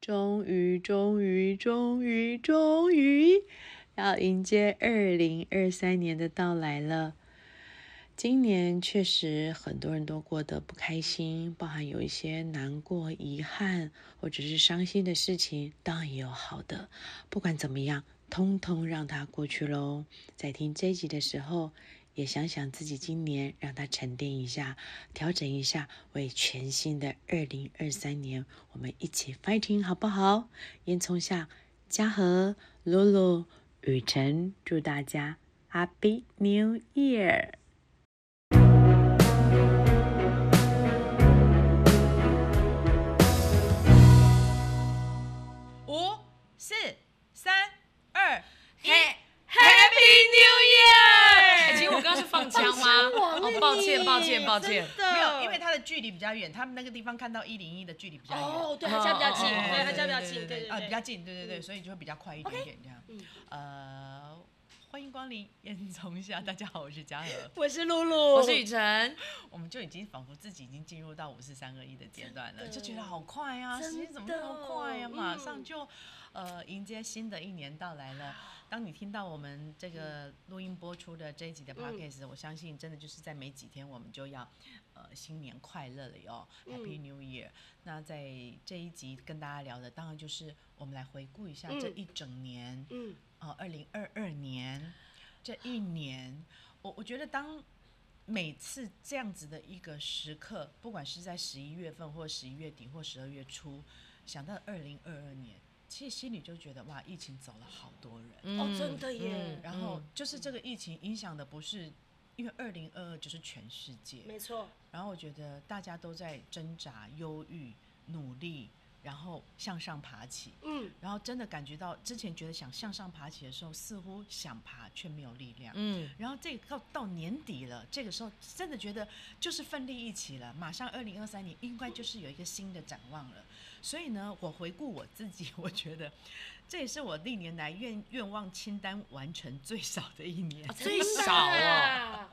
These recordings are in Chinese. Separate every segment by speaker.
Speaker 1: 终于，终于，终于，终于要迎接二零二三年的到来了。今年确实很多人都过得不开心，包含有一些难过、遗憾或者是伤心的事情，当然也有好的。不管怎么样，通通让它过去喽。在听这一集的时候，也想想自己今年，让它沉淀一下，调整一下，为全新的二零二三年，我们一起 fighting 好不好？烟囱下，嘉禾、露露、雨辰，祝大家 Happy New Year！
Speaker 2: 五、四、三、二、一
Speaker 3: Happy New Year！
Speaker 2: 哎
Speaker 3: 其实我刚刚是放枪吗？哦，抱歉，抱歉，抱歉。
Speaker 2: 没有，因为它的距离比较远，他们那个地方看到一零一的距离比较远。
Speaker 4: 哦，对，他家比较近，
Speaker 3: 哦
Speaker 4: 对，他
Speaker 3: 对
Speaker 4: 家比较近，对对
Speaker 2: 啊，
Speaker 4: 对，
Speaker 2: 比较近，对对对，所以就会比较快一点点这样。呃，欢迎光临烟囱下，大家好，我是嘉禾。
Speaker 4: 我是露露，
Speaker 3: 我是雨辰，
Speaker 2: 我们就已经仿佛自己已经进入到五四三二一的阶段了，
Speaker 4: 真的
Speaker 2: 就觉得好快啊，
Speaker 4: 真
Speaker 2: 时
Speaker 4: 的
Speaker 2: 间怎么那么快呀、
Speaker 4: 嗯
Speaker 2: 马上就呃迎接新的一年到来了。当你听到我们这个录音播出的这一集
Speaker 4: 嗯
Speaker 2: 的 podcast，、我相信真的就是在没几天我们就要呃新年快乐了哟、h
Speaker 4: 嗯
Speaker 2: a p p y New Year。那在这一集跟大家聊的，当然就是我们来回顾一下这一整年，
Speaker 4: 嗯，
Speaker 2: 哦，二零二二年这一年，我我觉得当每次这样子的一个时刻，不管是在十一月份或十一月底或十二月初，想到二零二二年，其实心里就觉得哇，疫情走了好多人，
Speaker 4: 哦，真的
Speaker 3: 嗯
Speaker 4: 耶，
Speaker 2: 然后就是这个疫情影响的不是，因为二零二二就是全世界，
Speaker 4: 没错，
Speaker 2: 然后我觉得大家都在挣扎、忧郁、努力，然后向上爬起，
Speaker 4: 嗯，
Speaker 2: 然后真的感觉到之前觉得想向上爬起的时候，似乎想爬却没有力量。
Speaker 3: 嗯，
Speaker 2: 然后这个到到年底了，这个时候真的觉得就是奋力一起了，马上二零二三年应该就是有一个新的展望了。所以呢，我回顾我自己， 我觉得这也是我历年来愿愿望清单完成最少的一
Speaker 4: 哦
Speaker 2: 年，
Speaker 3: 最
Speaker 4: 真的
Speaker 3: 少
Speaker 4: 啊，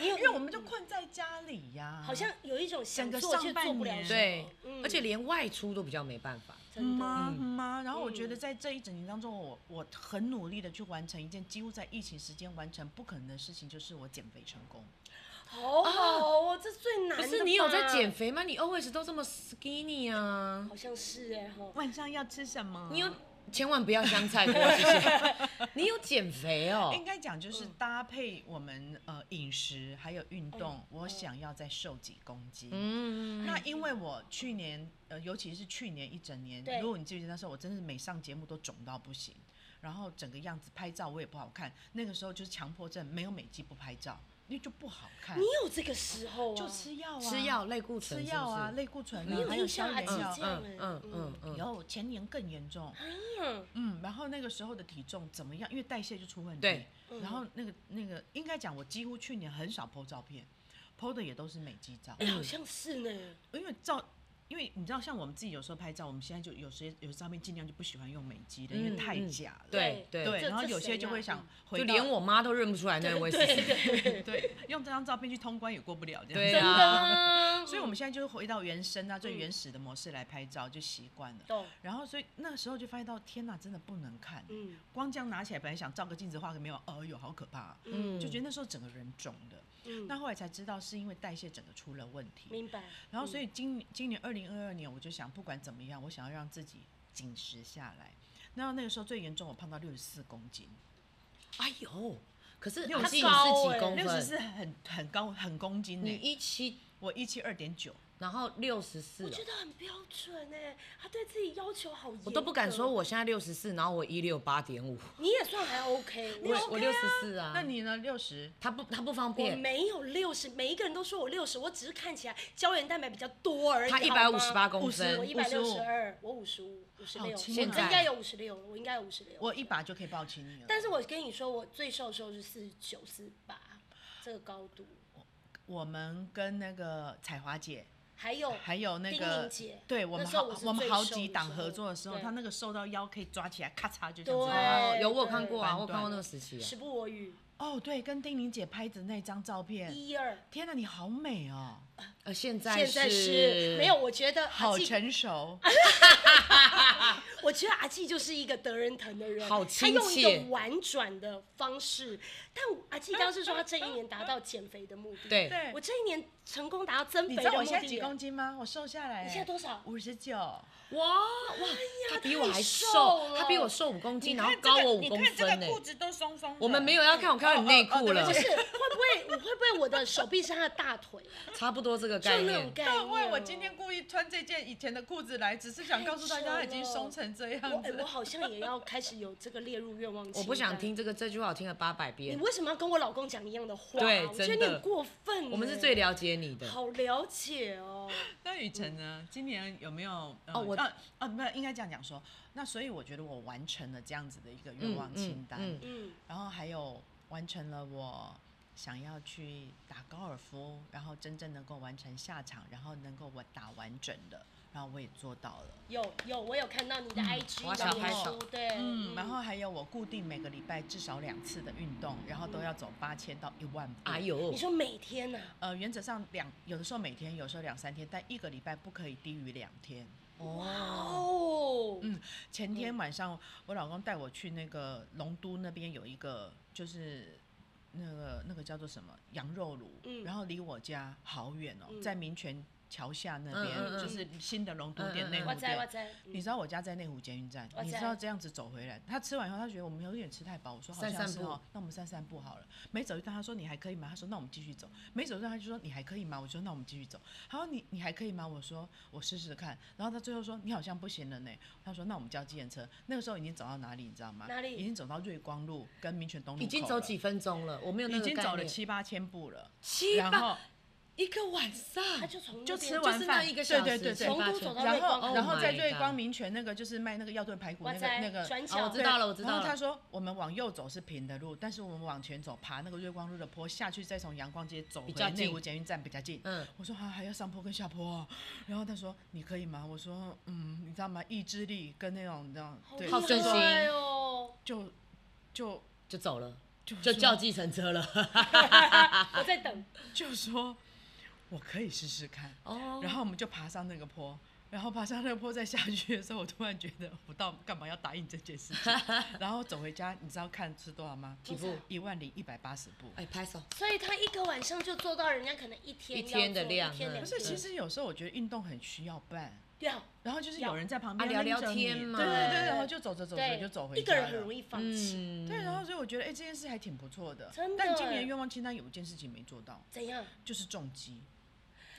Speaker 4: 你有，
Speaker 2: 因为我们就困在家里呀、
Speaker 4: 好像有一种想
Speaker 2: 整个
Speaker 4: 做
Speaker 2: 上
Speaker 4: 却
Speaker 2: 半
Speaker 4: 做不了
Speaker 2: 年
Speaker 4: 什么，
Speaker 3: 对
Speaker 4: 啊嗯，
Speaker 3: 而且连外出都比较没办法。
Speaker 4: 真的，
Speaker 2: 妈妈，嗯然后我觉得
Speaker 4: 嗯
Speaker 2: 在这一整年当中，我我很努力的去完成一件几乎在疫情时间完成不可能的事情，就是我减肥成功。
Speaker 4: 好好哦，这最难，
Speaker 3: 可是你有在减，肥吗？你 always 都这么 skinny 啊
Speaker 4: 好？像是哎哈，
Speaker 2: 晚上要吃什么？
Speaker 3: 你有千万不要香菜锅，谢谢。你有减肥哦？
Speaker 2: 应该讲就是搭配我们呃饮食还有运动，我想要再瘦几公斤。
Speaker 3: 嗯，
Speaker 2: 那因为我去年呃，尤其是去年一整年
Speaker 4: 对，
Speaker 2: 如果你记不记得那时候，我真是每上节目都肿到不行，然后整个样子拍照我也不好看。那个时候就是强迫症，没有美肌不拍照，那就不好看
Speaker 4: 你。有这个时候啊，
Speaker 2: 就吃药啊，
Speaker 3: 吃药类固醇
Speaker 2: 吃药啊，
Speaker 3: 是
Speaker 2: 类固醇
Speaker 4: 你
Speaker 2: 啊，
Speaker 4: 有
Speaker 2: 还有
Speaker 4: 印象
Speaker 2: 消
Speaker 4: 啊
Speaker 2: 炎
Speaker 3: 不是
Speaker 4: 类
Speaker 2: 药
Speaker 4: 这。样
Speaker 3: 嗯
Speaker 4: 欸
Speaker 3: 嗯嗯嗯嗯，
Speaker 2: 有前年更严重，
Speaker 4: 嗯，
Speaker 2: 嗯，然后那个时候的体重怎么样？因为代谢就出问题。
Speaker 3: 对。
Speaker 2: 然后那个那个，应该讲我几乎去年很少 PO 照片，PO 的也都是美肌照，
Speaker 4: 哎，好像是呢，
Speaker 2: 因为照，因为你知道，像我们自己有时候拍照，我们现在就有些有些照片尽量就不喜欢用美肌的，因为
Speaker 3: 嗯
Speaker 2: 太
Speaker 3: 嗯
Speaker 2: 假了。
Speaker 3: 对
Speaker 4: 对
Speaker 3: 对，
Speaker 4: 这
Speaker 2: 然后
Speaker 4: 这
Speaker 2: 有
Speaker 4: 谁
Speaker 2: 些就
Speaker 4: 呀
Speaker 2: 会想
Speaker 4: 嗯
Speaker 2: 回
Speaker 3: 就
Speaker 2: 到，
Speaker 3: 连我妈都认不出来那位
Speaker 4: 对
Speaker 3: 是
Speaker 4: 对
Speaker 3: 谁。
Speaker 4: 对，
Speaker 2: 对用这张照片去通关也过不了这样。
Speaker 3: 对
Speaker 4: 真的啊，
Speaker 2: 所以我们现在就是回到原生啊，最原始的模式来拍照，就习惯了。
Speaker 4: 懂，
Speaker 2: 然后，所以那时候就发现到，天哪，真的不能看。
Speaker 4: 嗯
Speaker 2: 光这样拿起来，本来想照个镜子画个眉毛，哦呦，好可怕、啊！
Speaker 3: 嗯
Speaker 2: 就觉得那时候整个人肿的。
Speaker 4: 嗯，
Speaker 2: 那后来才知道是因为代谢整个出了问题。
Speaker 4: 明白，嗯
Speaker 2: 然后，所以今今年二零二二年，我就想，不管怎么样，我想要让自己紧实下来。那那个时候最严重，我胖到六十四公斤，
Speaker 3: 哎呦，可是
Speaker 2: 六
Speaker 3: 阿
Speaker 2: 十
Speaker 3: 信你是
Speaker 4: 高欸
Speaker 3: 几公
Speaker 2: 六十
Speaker 3: 分？
Speaker 2: 四很很高很公斤呢、
Speaker 3: 你一七，
Speaker 2: 我一七二点九，
Speaker 4: 啊
Speaker 3: 然后六十四哦
Speaker 4: 我，觉得很标准哎，他对自己要求好严，
Speaker 3: 我都不敢说，我现在六十四，然后我一六八点五，
Speaker 4: 你也算还 OK，
Speaker 3: 我我六十四啊。
Speaker 2: 那你呢？六十？
Speaker 3: 他不他不方
Speaker 4: 我
Speaker 3: 便，
Speaker 4: 没有六十，每一个人都说我六十，我只是看起来胶原蛋白比较多而已。
Speaker 3: 他一
Speaker 4: 好
Speaker 3: 百
Speaker 4: 吗
Speaker 3: 五十八，公
Speaker 2: 50
Speaker 4: 我
Speaker 3: 分
Speaker 4: 一，百六十
Speaker 2: 55
Speaker 4: 二，我五十五，五十
Speaker 2: 好
Speaker 4: 六，我
Speaker 2: 轻
Speaker 3: 现在
Speaker 4: 应该有五十六，我应该有五十六。
Speaker 2: 我一把就可以抱起你了。
Speaker 4: 但是我跟你说，我最瘦的时候是四十九、四八这个高度，
Speaker 2: 我们跟那个彩华姐，
Speaker 4: 还有
Speaker 2: 还有那
Speaker 4: 丁
Speaker 2: 个
Speaker 4: 宁姐，
Speaker 2: 对我们
Speaker 4: 那时候
Speaker 2: 好
Speaker 4: 我是
Speaker 2: 我们好
Speaker 4: 最瘦的
Speaker 2: 几档
Speaker 4: 时候
Speaker 2: 合作的时候，
Speaker 4: 对
Speaker 2: 她那个瘦到腰可以抓起来，咔嚓就这样子
Speaker 4: 对
Speaker 2: 哦。
Speaker 3: 哦，有我有看过啊，
Speaker 2: 对
Speaker 3: 我有看过那个时期啊，
Speaker 4: 时不我与，
Speaker 2: 哦，对，跟丁玲姐拍的那张照片，
Speaker 4: 一啊二。
Speaker 2: 天哪，你好美哦，
Speaker 3: 呃，现在
Speaker 4: 现在
Speaker 3: 是
Speaker 4: 是没有，我觉得
Speaker 2: 好
Speaker 4: 成。
Speaker 2: 成熟。
Speaker 4: 觉得阿纪就是一个得人疼的人，
Speaker 3: 好
Speaker 4: 他
Speaker 3: 亲
Speaker 4: 用一
Speaker 3: 切
Speaker 4: 个婉转的方式。但阿纪当时说他这一年达到减肥的目的，
Speaker 3: 对，
Speaker 2: 对
Speaker 4: 我，这一年成功达到增
Speaker 2: 你
Speaker 4: 肥
Speaker 2: 知
Speaker 4: 的
Speaker 2: 道
Speaker 4: 目
Speaker 2: 我
Speaker 4: 的
Speaker 2: 现在
Speaker 4: 耶。
Speaker 2: 几公斤吗？我瘦下来，
Speaker 4: 你现在多少？
Speaker 2: 五十九。
Speaker 3: 哇哇，他比我还瘦，他比我瘦五公斤，然后高我五公分呢。
Speaker 2: 子都松松
Speaker 3: 我们没有要看，我看到你内裤了
Speaker 4: 不，是会不会，我会不会我的手臂是他的大腿啊？
Speaker 3: 差不多这个
Speaker 4: 就
Speaker 3: 概
Speaker 4: 那种
Speaker 3: 念。
Speaker 4: 概
Speaker 2: 对，
Speaker 4: 念。
Speaker 2: 因为我今天故意穿这件以前的裤子来，只是想告诉大家它已经松成这
Speaker 4: 我
Speaker 2: 样
Speaker 4: 哎我
Speaker 2: 子。
Speaker 4: 好像也要开始有这个列入愿望清单。
Speaker 3: 我不想听这个这句话，我听了八百
Speaker 4: 你
Speaker 3: 遍。
Speaker 4: 为什么要跟我老公讲一样的话？
Speaker 3: 对
Speaker 4: 我觉得
Speaker 3: 真
Speaker 4: 你
Speaker 3: 的
Speaker 4: 很过分耶。
Speaker 3: 我们是最了解你的，
Speaker 4: 欸好了解哦。
Speaker 2: 那雨辰呢？今年有没有？呃
Speaker 3: 嗯哦我
Speaker 2: 啊啊，没有，应该这样讲说。那所以我觉得我完成了这样子的一个愿望清单，
Speaker 3: 嗯嗯
Speaker 4: 嗯，
Speaker 2: 然后还有完成了我想要去打高尔夫，然后真正能够完成下场，然后能够我打完整的，然后我也做到了。
Speaker 4: 有有，我有看到你的 IG
Speaker 3: 嗯我要
Speaker 4: 的
Speaker 3: 小
Speaker 4: 脸
Speaker 3: 拍
Speaker 4: 书
Speaker 3: 手，
Speaker 4: 对，
Speaker 2: 嗯，然后还有我固定每个礼拜至少两次的运动，然后都要走八千到一万步。
Speaker 3: 哎呦
Speaker 4: 你，说每天啊呐、
Speaker 2: 呃，原则上两有的时候每天，有时候两三天，但一个礼拜不可以低于两天。
Speaker 3: 哦，
Speaker 4: 哦，
Speaker 2: 嗯前天晚上我老公带我去那个龙都那边有一个，就是那个那个叫做什么羊肉炉，
Speaker 4: 嗯
Speaker 2: 然后离我家好远哦，
Speaker 4: 嗯
Speaker 2: 在民权桥下那边，
Speaker 3: 嗯嗯嗯
Speaker 2: 就是新的龙都店
Speaker 3: 嗯嗯嗯
Speaker 2: 内湖
Speaker 4: 哇
Speaker 2: 店。
Speaker 4: 塞哇塞，嗯
Speaker 2: 你知道我家在内湖监狱站，
Speaker 4: 我
Speaker 2: 你知
Speaker 4: 在
Speaker 2: 道这样子走回来，他吃完以后，他觉得我们有点吃太饱，我说好
Speaker 3: 散
Speaker 2: 像
Speaker 3: 散
Speaker 2: 是哦
Speaker 3: 步，
Speaker 2: 那我们散散步好了。每走一段，他说你还可以吗？他说那我们继续走。每走一段，他就说你还可以吗？我说那我们继续走。他说你你还可以吗？我说我试试看。然后他最后说你好像不行了呢。他说那我们叫计程车。那个时候已经走到哪里你知道吗？
Speaker 4: 哪里
Speaker 2: 已经走到瑞光路跟民权东路口了，
Speaker 3: 已经走几分钟了，我没有那
Speaker 2: 已
Speaker 3: 个概
Speaker 2: 经
Speaker 3: 念。
Speaker 2: 走了七八千步了。
Speaker 3: 七
Speaker 2: 然后
Speaker 3: 八一个晚上，
Speaker 4: 他就从那
Speaker 2: 就
Speaker 4: 边
Speaker 2: 吃
Speaker 3: 就
Speaker 2: 完
Speaker 3: 是
Speaker 2: 饭
Speaker 3: 那一个小时，
Speaker 2: 对对对
Speaker 3: 七八小时
Speaker 4: 从都走到
Speaker 2: 然
Speaker 4: 瑞光
Speaker 2: 后，
Speaker 4: ，Oh
Speaker 2: 然后在
Speaker 3: my
Speaker 2: 瑞
Speaker 3: God
Speaker 2: 光民权那个就是卖那个药炖排骨
Speaker 4: 哇
Speaker 2: 那个
Speaker 4: 塞
Speaker 2: 那个
Speaker 4: 转
Speaker 3: 哦，我
Speaker 4: 角
Speaker 3: 知道了，我知
Speaker 2: 然
Speaker 3: 道
Speaker 2: 后他
Speaker 3: 了。
Speaker 2: 说，我们往右走是平的路，但是我们往前走，爬那个月光路的坡下去，再从阳光街走回
Speaker 3: 比较近
Speaker 2: 内湖捷运站比较近。
Speaker 3: 嗯，
Speaker 2: 我说啊，还要上坡跟下坡、啊。然后他说，你可以吗？我说，嗯，你知道吗？意志力跟那种那种，对，
Speaker 3: 好
Speaker 4: 厉
Speaker 3: 胜心
Speaker 4: 害哦！
Speaker 2: 就就
Speaker 3: 就走了，
Speaker 2: 就
Speaker 3: 就
Speaker 2: 就
Speaker 3: 叫计程车了。
Speaker 4: 我在等，
Speaker 2: 就说，我可以试试看。
Speaker 3: 哦，
Speaker 2: 然后我们就爬上那个坡，然后爬上那个坡再下去的时候，我突然觉得我到干嘛要答应这件事 情？然后走回家，你知道看是多少吗？
Speaker 3: 几步？
Speaker 2: 一万零一百八十步。
Speaker 3: 哎，拍手。
Speaker 4: 所以他一个晚上就做到人家可能一天
Speaker 3: 一天的
Speaker 4: 要做
Speaker 3: 量
Speaker 4: 一天
Speaker 3: 嗯
Speaker 4: 两
Speaker 2: 不是，
Speaker 4: 天啊
Speaker 2: 其实有时候我觉得运动很需要伴，
Speaker 4: 要
Speaker 2: 然后就是
Speaker 4: 要
Speaker 2: 有人在旁
Speaker 3: 啊
Speaker 2: 边、
Speaker 3: 聊聊天嘛
Speaker 2: 对对对，
Speaker 4: 对
Speaker 2: 然后就走着走着
Speaker 4: 对，
Speaker 2: 就走回
Speaker 4: 一个
Speaker 2: 家
Speaker 4: 人
Speaker 2: 了
Speaker 4: 很容易放弃，
Speaker 3: 嗯，
Speaker 2: 对，然后所以我觉得哎、这件事还挺不错的。
Speaker 4: 真的
Speaker 2: 但今年愿望清单有一件事情没做到，
Speaker 4: 怎样？
Speaker 2: 就是重 击。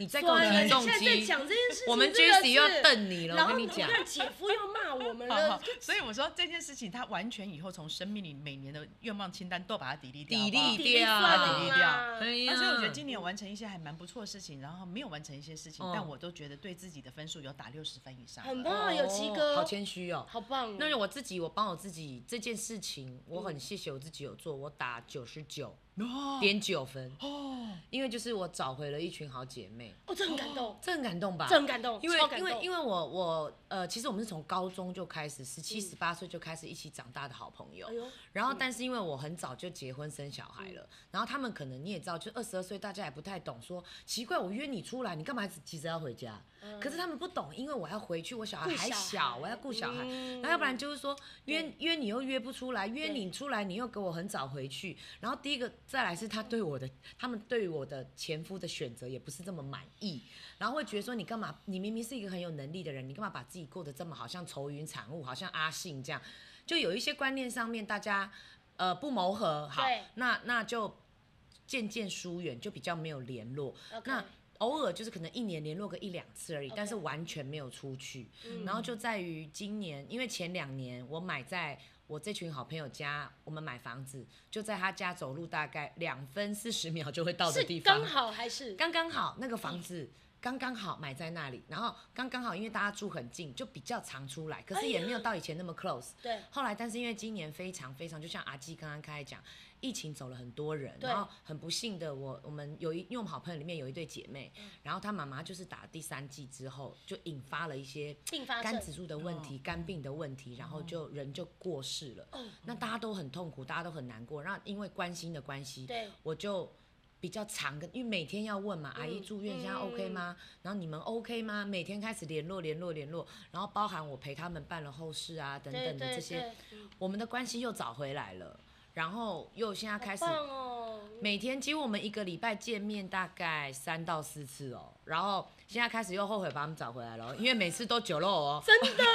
Speaker 3: 你再给我
Speaker 4: 哇，
Speaker 3: 们
Speaker 4: 哎你
Speaker 3: 重
Speaker 4: 现在在
Speaker 3: 击，
Speaker 4: 讲这件事情，
Speaker 3: 我们
Speaker 4: 真的
Speaker 3: Jesse
Speaker 4: 是
Speaker 3: 又要瞪你了。
Speaker 4: 然
Speaker 3: 我
Speaker 4: 后
Speaker 3: 跟你讲，
Speaker 4: 看姐夫又骂 我们
Speaker 2: 好
Speaker 4: 了
Speaker 2: 好，，所以我说这件事情，它完全以后从生命里每年的愿望清单都把它砥砺掉。
Speaker 3: 砥
Speaker 2: 好不好
Speaker 3: 砺
Speaker 4: 比例算
Speaker 2: 啊
Speaker 4: 了
Speaker 2: 比例
Speaker 4: 啦
Speaker 2: 掉。
Speaker 3: 哎呀，
Speaker 2: 啊、所以我觉
Speaker 4: 嗯
Speaker 2: 得今年我完成一些还蛮不错的事情，然后没有完成一些事情，
Speaker 3: 哦
Speaker 2: 但我都觉得对自己的分数有打六十分以上了。
Speaker 4: 嗯很棒，啊有七哥，
Speaker 3: 好谦虚哦。
Speaker 4: 好棒哦。
Speaker 3: 那我自己，我帮我自己这件事情，我很谢谢我自己有做，我打九十九
Speaker 2: 哦
Speaker 3: 点九分，
Speaker 2: 哦，
Speaker 3: 因为就是我找回了一群好姐妹，
Speaker 4: 哦，这很感动，
Speaker 3: 这很感动吧？
Speaker 4: 这很感动，
Speaker 3: 因为
Speaker 4: 超感
Speaker 3: 因为
Speaker 4: 动
Speaker 3: 因为我我呃，其实我们是从高中就开始，十七
Speaker 4: 嗯
Speaker 3: 十八岁就开始一起长大的好朋友
Speaker 4: 哎。呦，嗯
Speaker 3: 然后，但是因为我很早就结婚生小孩了，然后他们可能你也知道，就二十二岁，大家也不太懂说，奇怪，我约你出来，你干嘛只急着要回家？
Speaker 4: 嗯
Speaker 3: 可是他们不懂，因为我要回去，我小孩
Speaker 4: 顾
Speaker 3: 啊还
Speaker 4: 小
Speaker 3: 小，
Speaker 4: 孩
Speaker 3: 我要顾小孩，
Speaker 4: 嗯
Speaker 3: 那要不然就是说约
Speaker 4: 对
Speaker 3: 约你又约不出来，约
Speaker 4: 对
Speaker 3: 你出来你又给我很早回去，然后第一个再来是他对我的，他们对于我的前夫的选择也不是这么满意，然后会觉得说你干嘛？你明明是一个很有能力的人，你干嘛把自己过得这么好像愁云惨雾，好像阿信这样？就有一些观念上面大家呃不谋合，好
Speaker 4: 对，
Speaker 3: 那那就渐渐疏远，就比较没有联络。
Speaker 4: OK
Speaker 3: 那偶尔就是可能一年联络个一两次而已
Speaker 4: OK
Speaker 3: 但是完全没有出去。
Speaker 4: 嗯
Speaker 3: 然后就在于今年，因为前两年我买在我这群好朋友家，我们买房子就在他家走路大概两分四十秒就会到的
Speaker 4: 是
Speaker 3: 地方
Speaker 4: 刚，好嗯还是
Speaker 3: 刚刚好那个房子。刚刚好买在那里，然后刚刚好，因为大家住很近，就比较常出来，可是也没有到以前那么 close、
Speaker 4: 哎对
Speaker 3: 后来，但是因为今年非常非常，就像阿基刚刚开始讲，疫情走了很多人，
Speaker 4: 对
Speaker 3: 然后很不幸的我，我们有一，因为我们好朋友里面有一对姐妹，
Speaker 4: 嗯
Speaker 3: 然后她妈妈就是打第三剂之后，就引发了一些
Speaker 4: 并发哦症
Speaker 3: 肝指数的问题、肝病的问题，然后就人就过世了。
Speaker 4: 哦
Speaker 3: 那大家都很痛苦，大家都很难过。那因为关心的关系，
Speaker 4: 对
Speaker 3: 我就比较长跟，因为每天要问嘛，阿姨
Speaker 4: 嗯
Speaker 3: 住院现在
Speaker 4: 嗯
Speaker 3: OK 吗？然后你们 OK 吗？每天开始联络联络联络，然后包含我陪他们办了后事啊等
Speaker 4: 对
Speaker 3: 等的
Speaker 4: 对
Speaker 3: 这些，
Speaker 4: 对，嗯
Speaker 3: 我们的关系又找回来了，然后又现在开始
Speaker 4: 好棒哦，
Speaker 3: 每天几乎我们一个礼拜见面大概三到四次哦，然后现在开始又后悔把他们找回来了，因为每次都酒肉哦。
Speaker 4: 真的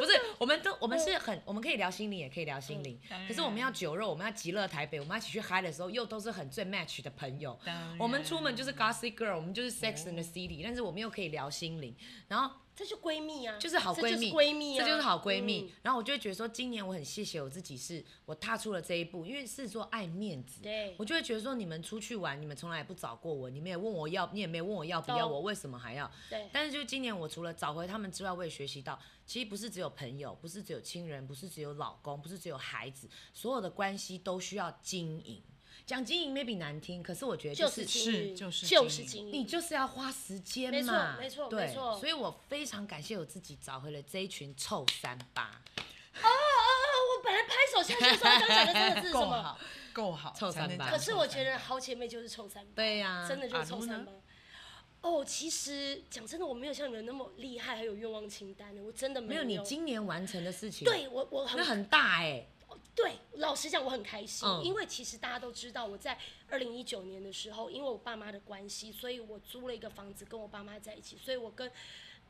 Speaker 3: 不是，我们都我们是很，我们可以聊心灵，也可以聊心灵
Speaker 2: 当然，
Speaker 3: 可是我们要酒肉，我们要极乐台北，我们要一起去嗨的时候，又都是很最 match 的朋友。
Speaker 2: 当然
Speaker 3: 我们出门就是 Gossip Girl，我们就是 Sex in the City，但是我们又可以聊心灵，然后
Speaker 4: 这就闺蜜啊，
Speaker 3: 就是好
Speaker 4: 这就
Speaker 3: 闺
Speaker 4: 是
Speaker 3: 蜜，
Speaker 4: 闺蜜啊，
Speaker 3: 这就是好闺蜜
Speaker 4: 嗯。
Speaker 3: 然后我就会觉得说，今年我很谢谢我自己，是我踏出了这一步，因为狮子座爱面子，
Speaker 4: 对
Speaker 3: 我就会觉得说，你们出去玩，你们从来也不找过我，你们也问我要，你也没问我要不要，
Speaker 4: 懂
Speaker 3: 我为什么还要？
Speaker 4: 对，
Speaker 3: 但是就今年，我除了找回他们之外，我也学习到，其实不是只有朋友，不是只有亲人，不是只有老公，不是只有孩子，所有的关系都需要经营。讲经营 maybe 难听，可是我觉得
Speaker 4: 就是是
Speaker 2: 是
Speaker 4: 经营
Speaker 2: 就是
Speaker 4: 就是
Speaker 2: 经
Speaker 4: 经
Speaker 3: 你
Speaker 4: 营，
Speaker 3: 就是要花时间
Speaker 4: 没错
Speaker 3: 嘛，
Speaker 4: 没错
Speaker 3: 对
Speaker 4: 没错
Speaker 3: 所以我非常感谢我自己找回了这一群臭三八，
Speaker 4: 哦我本来拍手下去的时候，刚讲的这个字 是什
Speaker 2: 够
Speaker 4: 么
Speaker 2: 好？，够好，
Speaker 3: 凑
Speaker 2: 才能
Speaker 3: 三八
Speaker 2: 讲
Speaker 4: 可是
Speaker 2: 凑
Speaker 4: 我
Speaker 2: 三
Speaker 4: 觉得
Speaker 2: 八
Speaker 4: 好姐妹就是臭三八，
Speaker 3: 对呀、
Speaker 4: 真的就是
Speaker 2: 阿
Speaker 4: 臭
Speaker 2: 如呢
Speaker 4: 三八。哦，其实讲真的，我没有像你们那么厉害，还有愿望清单呢，我真的
Speaker 3: 没
Speaker 4: 没
Speaker 3: 有
Speaker 4: 有。
Speaker 3: 你今年完成的事情，
Speaker 4: 对我我
Speaker 3: 那
Speaker 4: 很
Speaker 3: 很大哎、
Speaker 4: 对，老实讲我很开心，
Speaker 3: 嗯
Speaker 4: 因为其实大家都知道，我在二零一九年的时候，因为我爸妈的关系，所以我租了一个房子跟我爸妈在一起，所以我跟